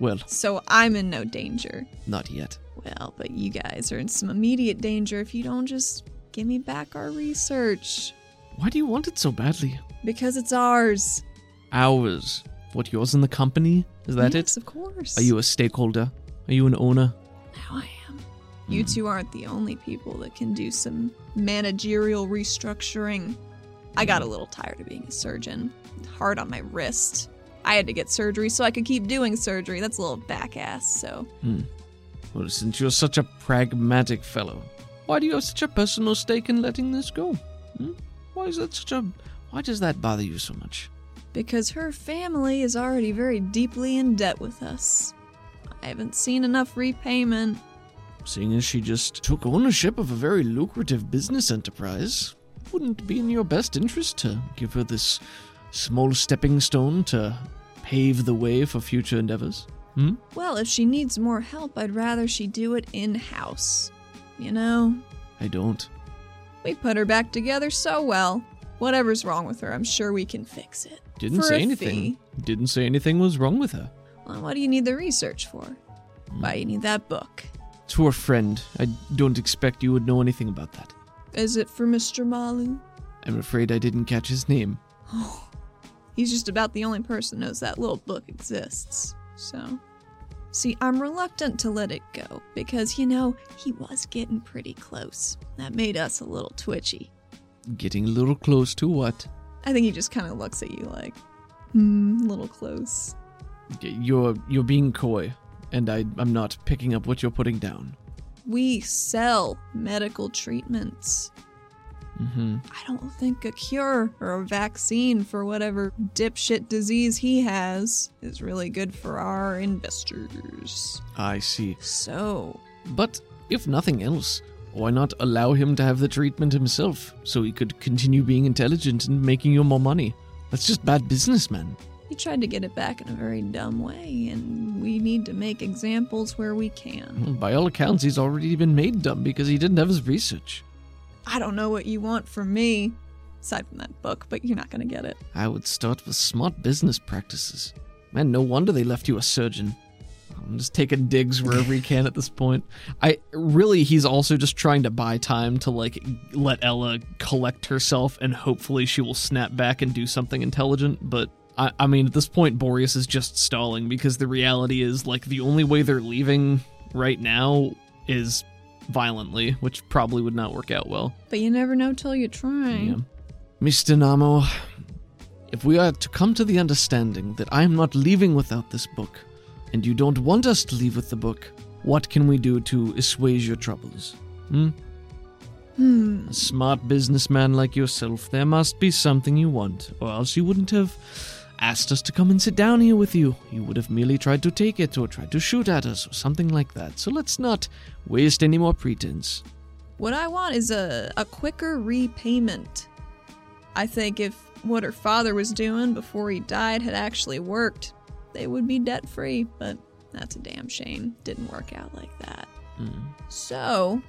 B: Well,
A: So I'm in no danger.
B: not yet.
A: Well, but you guys are in some immediate danger if you don't just give me back our research.
B: Why do you want it so badly?
A: Because it's ours.
B: Hours. What, yours in the company? Is that
A: yes,
B: it?
A: of course.
B: Are you a stakeholder? Are you an owner?
A: Now I am. You
B: Hmm.
A: two aren't the only people that can do some managerial restructuring. I got a little tired of being a surgeon. Hard on my wrist. I had to get surgery so I could keep doing surgery. That's a little back ass, so.
B: Well, since you're such a pragmatic fellow, why do you have such a personal stake in letting this go? Hmm? Why is that such a. Why does that bother you so much?
A: Because her family is already very deeply in debt with us. I haven't seen enough repayment.
B: Seeing as she just took ownership of a very lucrative business enterprise, wouldn't it be in your best interest to give her this small stepping stone to pave the way for future endeavors? Hmm?
A: Well, if she needs more help, I'd rather she do it in house. You know,
B: I don't.
A: we put her back together so well. Whatever's wrong with her, I'm sure we can fix it.
B: Didn't
A: For
B: say
A: a
B: anything.
A: fee.
B: Didn't say anything was wrong with her.
A: Well, what do you need the research for?
B: Hmm.
A: Why you need that book?
B: To her friend, I don't expect you would know anything about that.
A: Is it for Mr. Malu?
B: I'm afraid I didn't catch his name.
A: He's just about the only person who knows that little book exists. So, see, I'm reluctant to let it go because, you know, he was getting pretty close. That made us a little twitchy.
B: Getting a little close to what?
A: I think he just kind of looks at you like, hmm, little close.
B: You're you're being coy, and I I'm not picking up what you're putting down.
A: We sell medical treatments.
B: Mm-hmm.
A: I don't think a cure or a vaccine for whatever dipshit disease he has is really good for our investors.
B: I see.
A: So,
B: But if nothing else, why not allow him to have the treatment himself, so he could continue being intelligent and making you more money? That's just bad business, man.
A: he tried to get it back in a very dumb way, and we need to make examples where we can.
B: By all accounts, he's already been made dumb because he didn't have his research.
A: I don't know what you want from me, aside from that book, but you're not gonna get it.
B: I would start with smart business practices. Man, no wonder they left you a surgeon. I'm just taking digs wherever he can at this point. I really, he's also just trying to buy time to like let Ella collect herself and hopefully she will snap back and do something intelligent. But I, I mean, at this point, Boreas is just stalling because the reality is like the only way they're leaving right now is violently, which probably would not work out well.
A: But you never know till you try.
B: Yeah. Mr. Namo, if we are to come to the understanding that I am not leaving without this book, and you don't want us to leave with the book, what can we do to assuage your troubles? Hmm? A smart businessman like yourself, there must be something you want, or else you wouldn't have asked us to come and sit down here with you. You would have merely tried to take it, or tried to shoot at us, or something like that. So let's not waste any more pretense.
A: What I want is a, a quicker repayment. I think if what her father was doing before he died had actually worked, they would be debt free, but that's a damn shame. Didn't work out like that. So,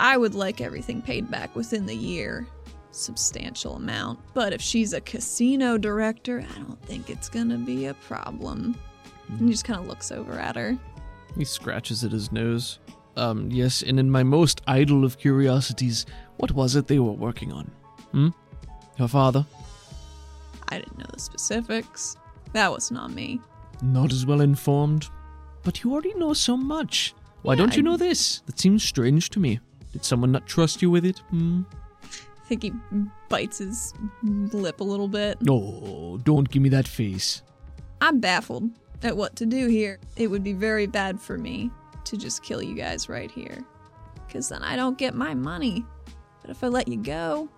A: I would like everything paid back within the year. Substantial amount. But if she's a casino director, I don't think it's gonna be a problem. And he just kind of looks over at her.
B: He scratches at his nose. Um, yes, and in my most idle of curiosities, what was it they were working on? Hmm? Her father?
A: I didn't know the specifics. That wasn't on me.
B: Not as well informed. But you already know so much. Why don't you know this? That seems strange to me. Did someone not trust you with it? Hmm?
A: I think he bites his lip a little bit.
B: No, don't give me that face.
A: I'm baffled at what to do here. It would be very bad for me to just kill you guys right here. Because then I don't get my money. But if I let you go,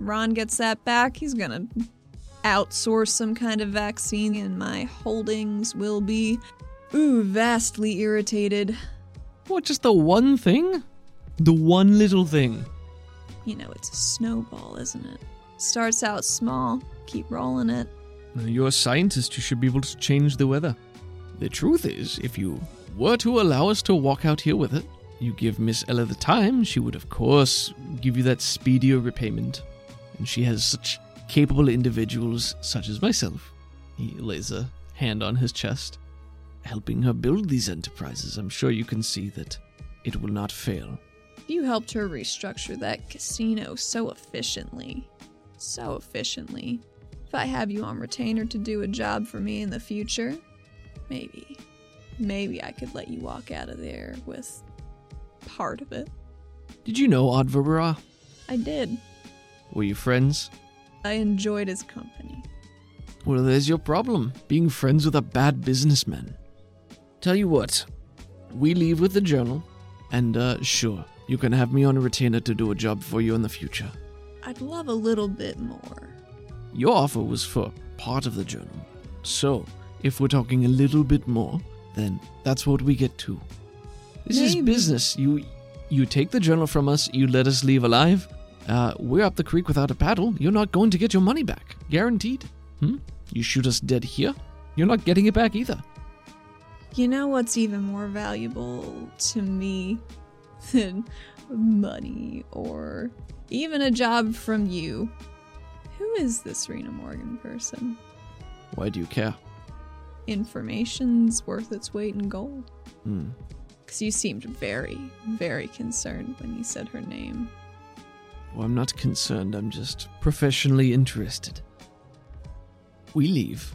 A: Ron gets that back. He's gonna outsource some kind of vaccine, and my holdings will be, ooh, vastly irritated.
B: What, just the one thing? The one little thing.
A: You know, it's a snowball, isn't it? Starts out small, keep rolling it.
B: You're a scientist, you should be able to change the weather. The truth is, if you were to allow us to walk out here with it, you give Miss Ella the time, she would, of course, give you that speedier repayment. And she has such capable individuals such as myself. He lays a hand on his chest, helping her build these enterprises. I'm sure you can see that it will not fail.
A: You helped her restructure that casino so efficiently. So efficiently. If I have you on retainer to do a job for me in the future, maybe, maybe I could let you walk out of there with part of it.
B: Did you know Adverbara?
A: I did.
B: Were you friends?
A: I enjoyed his company.
B: Well, there's your problem being friends with a bad businessman. Tell you what, we leave with the journal, and uh, sure, you can have me on a retainer to do a job for you in the future.
A: I'd love a little bit more.
B: Your offer was for part of the journal. So, if we're talking a little bit more, then that's what we get to. This is
A: Maybe.
B: business. You you take the journal from us, you let us leave alive. Uh, we're up the creek without a paddle. You're not going to get your money back. Guaranteed. Hmm? You shoot us dead here, you're not getting it back either.
A: You know what's even more valuable to me than money or even a job from you? Who is this Rena Morgan person?
B: Why do you care?
A: Information's worth its weight in gold.
B: Hmm.
A: Because you seemed very, very concerned when you said her name.
B: Well, I'm not concerned. I'm just professionally interested. We leave.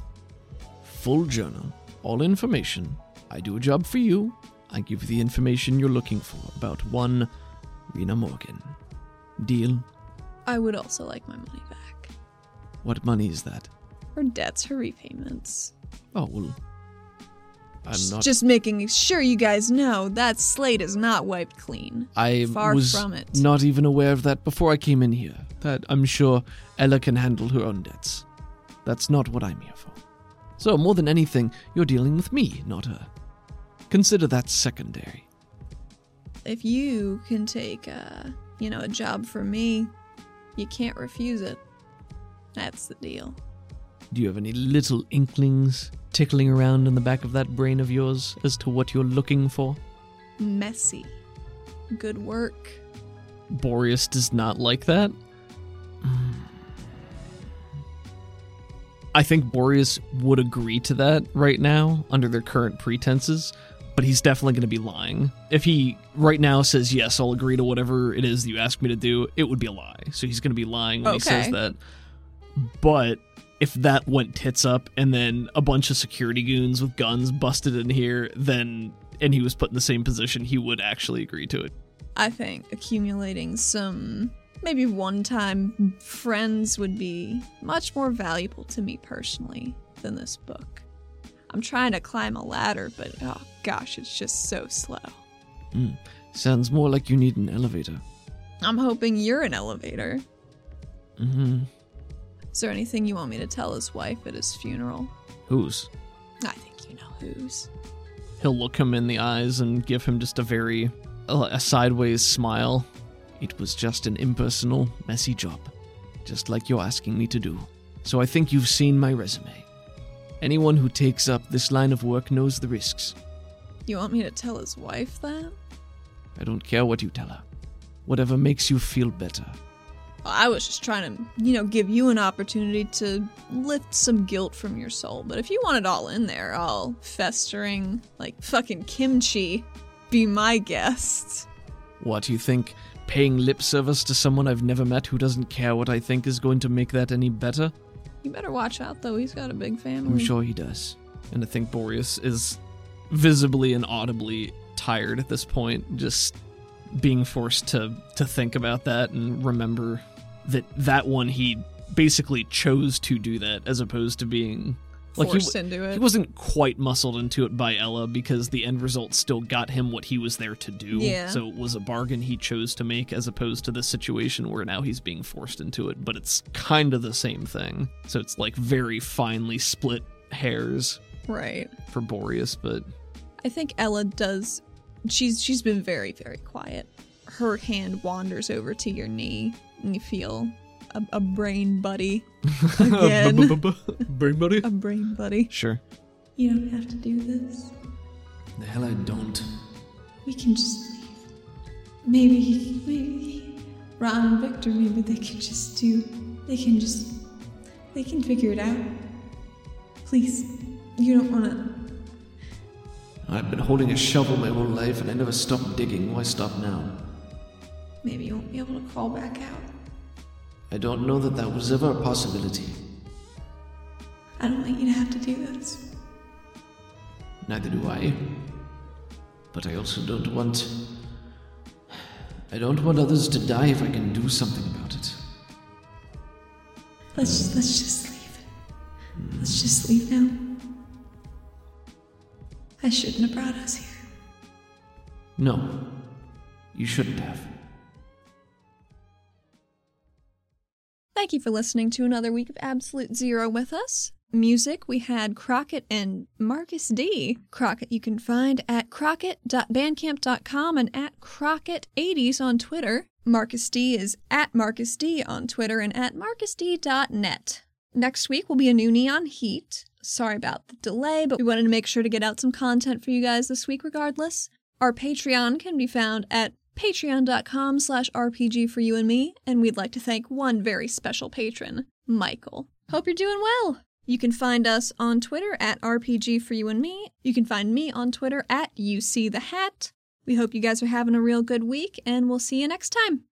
B: Full journal, all information. I do a job for you. I give you the information you're looking for about one Rena Morgan. Deal?
A: I would also like my money back.
B: What money is that?
A: Her debts, her repayments.
B: Oh, well. I'm
A: Just-
B: not.
A: Just making sure you guys know that slate is not wiped clean.
B: I
A: far
B: was
A: from it.
B: not even aware of that before I came in here. That I'm sure Ella can handle her own debts. That's not what I'm here for. So, more than anything, you're dealing with me, not her. Consider that secondary.
A: if you can take a you know a job from me you can't refuse it that's the deal
B: Do you have any little inklings tickling around in the back of that brain of yours as to what you're looking for?
A: messy good work
B: Boreas does not like that. I think Boreas would agree to that right now under their current pretenses, but he's definitely going to be lying. If he right now says, Yes, I'll agree to whatever it is that you ask me to do, it would be a lie. So he's going to be lying when he says
A: Okay.
B: that. But if that went tits up and then a bunch of security goons with guns busted in here, then and he was put in the same position, he would actually agree to it.
A: i think accumulating some maybe one-time friends would be much more valuable to me personally than this book i'm trying to climb a ladder but oh gosh it's just so slow
B: Sounds more like you need an elevator.
A: i'm hoping you're an elevator
B: Mm-hmm.
A: is there anything you want me to tell his wife at his funeral
B: Whose?
A: i think you know whose
B: He'll look him in the eyes and give him just a very uh, a sideways smile. It was just an impersonal, messy job, just like you're asking me to do. So I think you've seen my resume. Anyone who takes up this line of work knows the risks.
A: You want me to tell his wife that?
B: I don't care what you tell her. Whatever makes you feel better.
A: I was just trying to, you know, give you an opportunity to lift some guilt from your soul. But if you want it all in there, all festering like fucking kimchi, be my guest.
B: What, you think paying lip service to someone I've never met who doesn't care what I think is going to make that any better?
A: You better watch out though, he's got a big family.
B: I'm sure he does. And I think Boreas is visibly and audibly tired at this point, just being forced to to think about that and remember that that one he basically chose to do that as opposed to being Like he,
A: forced into it.
B: he wasn't quite muscled into it by Ella because the end result still got him what he was there to do.
A: Yeah.
B: So it was a bargain he chose to make as opposed to the situation where now he's being forced into it, but it's kind of the same thing. So it's like very finely split hairs
A: right.
B: for Boreas, but
A: I think Ella does. She's she's been very very quiet. Her hand wanders over to your knee, and you feel a, a brain buddy again.
B: brain buddy.
A: a brain buddy.
B: Sure.
A: You don't have to do this.
C: The hell I don't.
A: We can just leave. Maybe maybe Ron and Victor. Maybe they can just do. They can just. They can figure it out. Please, you don't want to.
D: I've been holding a shovel my whole life and I never stopped digging. Why stop now?
A: Maybe you won't be able to crawl back out.
D: I don't know that that was ever a possibility.
A: I don't want you to have to do this.
D: Neither do I. But I also don't want. I don't want others to die if I can do something about it.
A: Let's just, let's just leave. Let's just leave now. I shouldn't have brought us here.
D: No. You shouldn't have.
A: Thank you for listening to another week of Absolute Zero with us. Music, we had Crockett and Marcus D. Crockett you can find at crockett.bandcamp.com and at Crockett80s on Twitter. Marcus D is at Marcus D on Twitter and at marcusd.net. Next week will be a new Neon Heat. Sorry about the delay, but we wanted to make sure to get out some content for you guys this week regardless. Our Patreon can be found at patreon.com slash rpg for you and me, and we'd like to thank one very special patron, Michael. Hope you're doing well! You can find us on Twitter at RPG for you and me. You can find me on Twitter at you see the hat. We hope you guys are having a real good week, and we'll see you next time.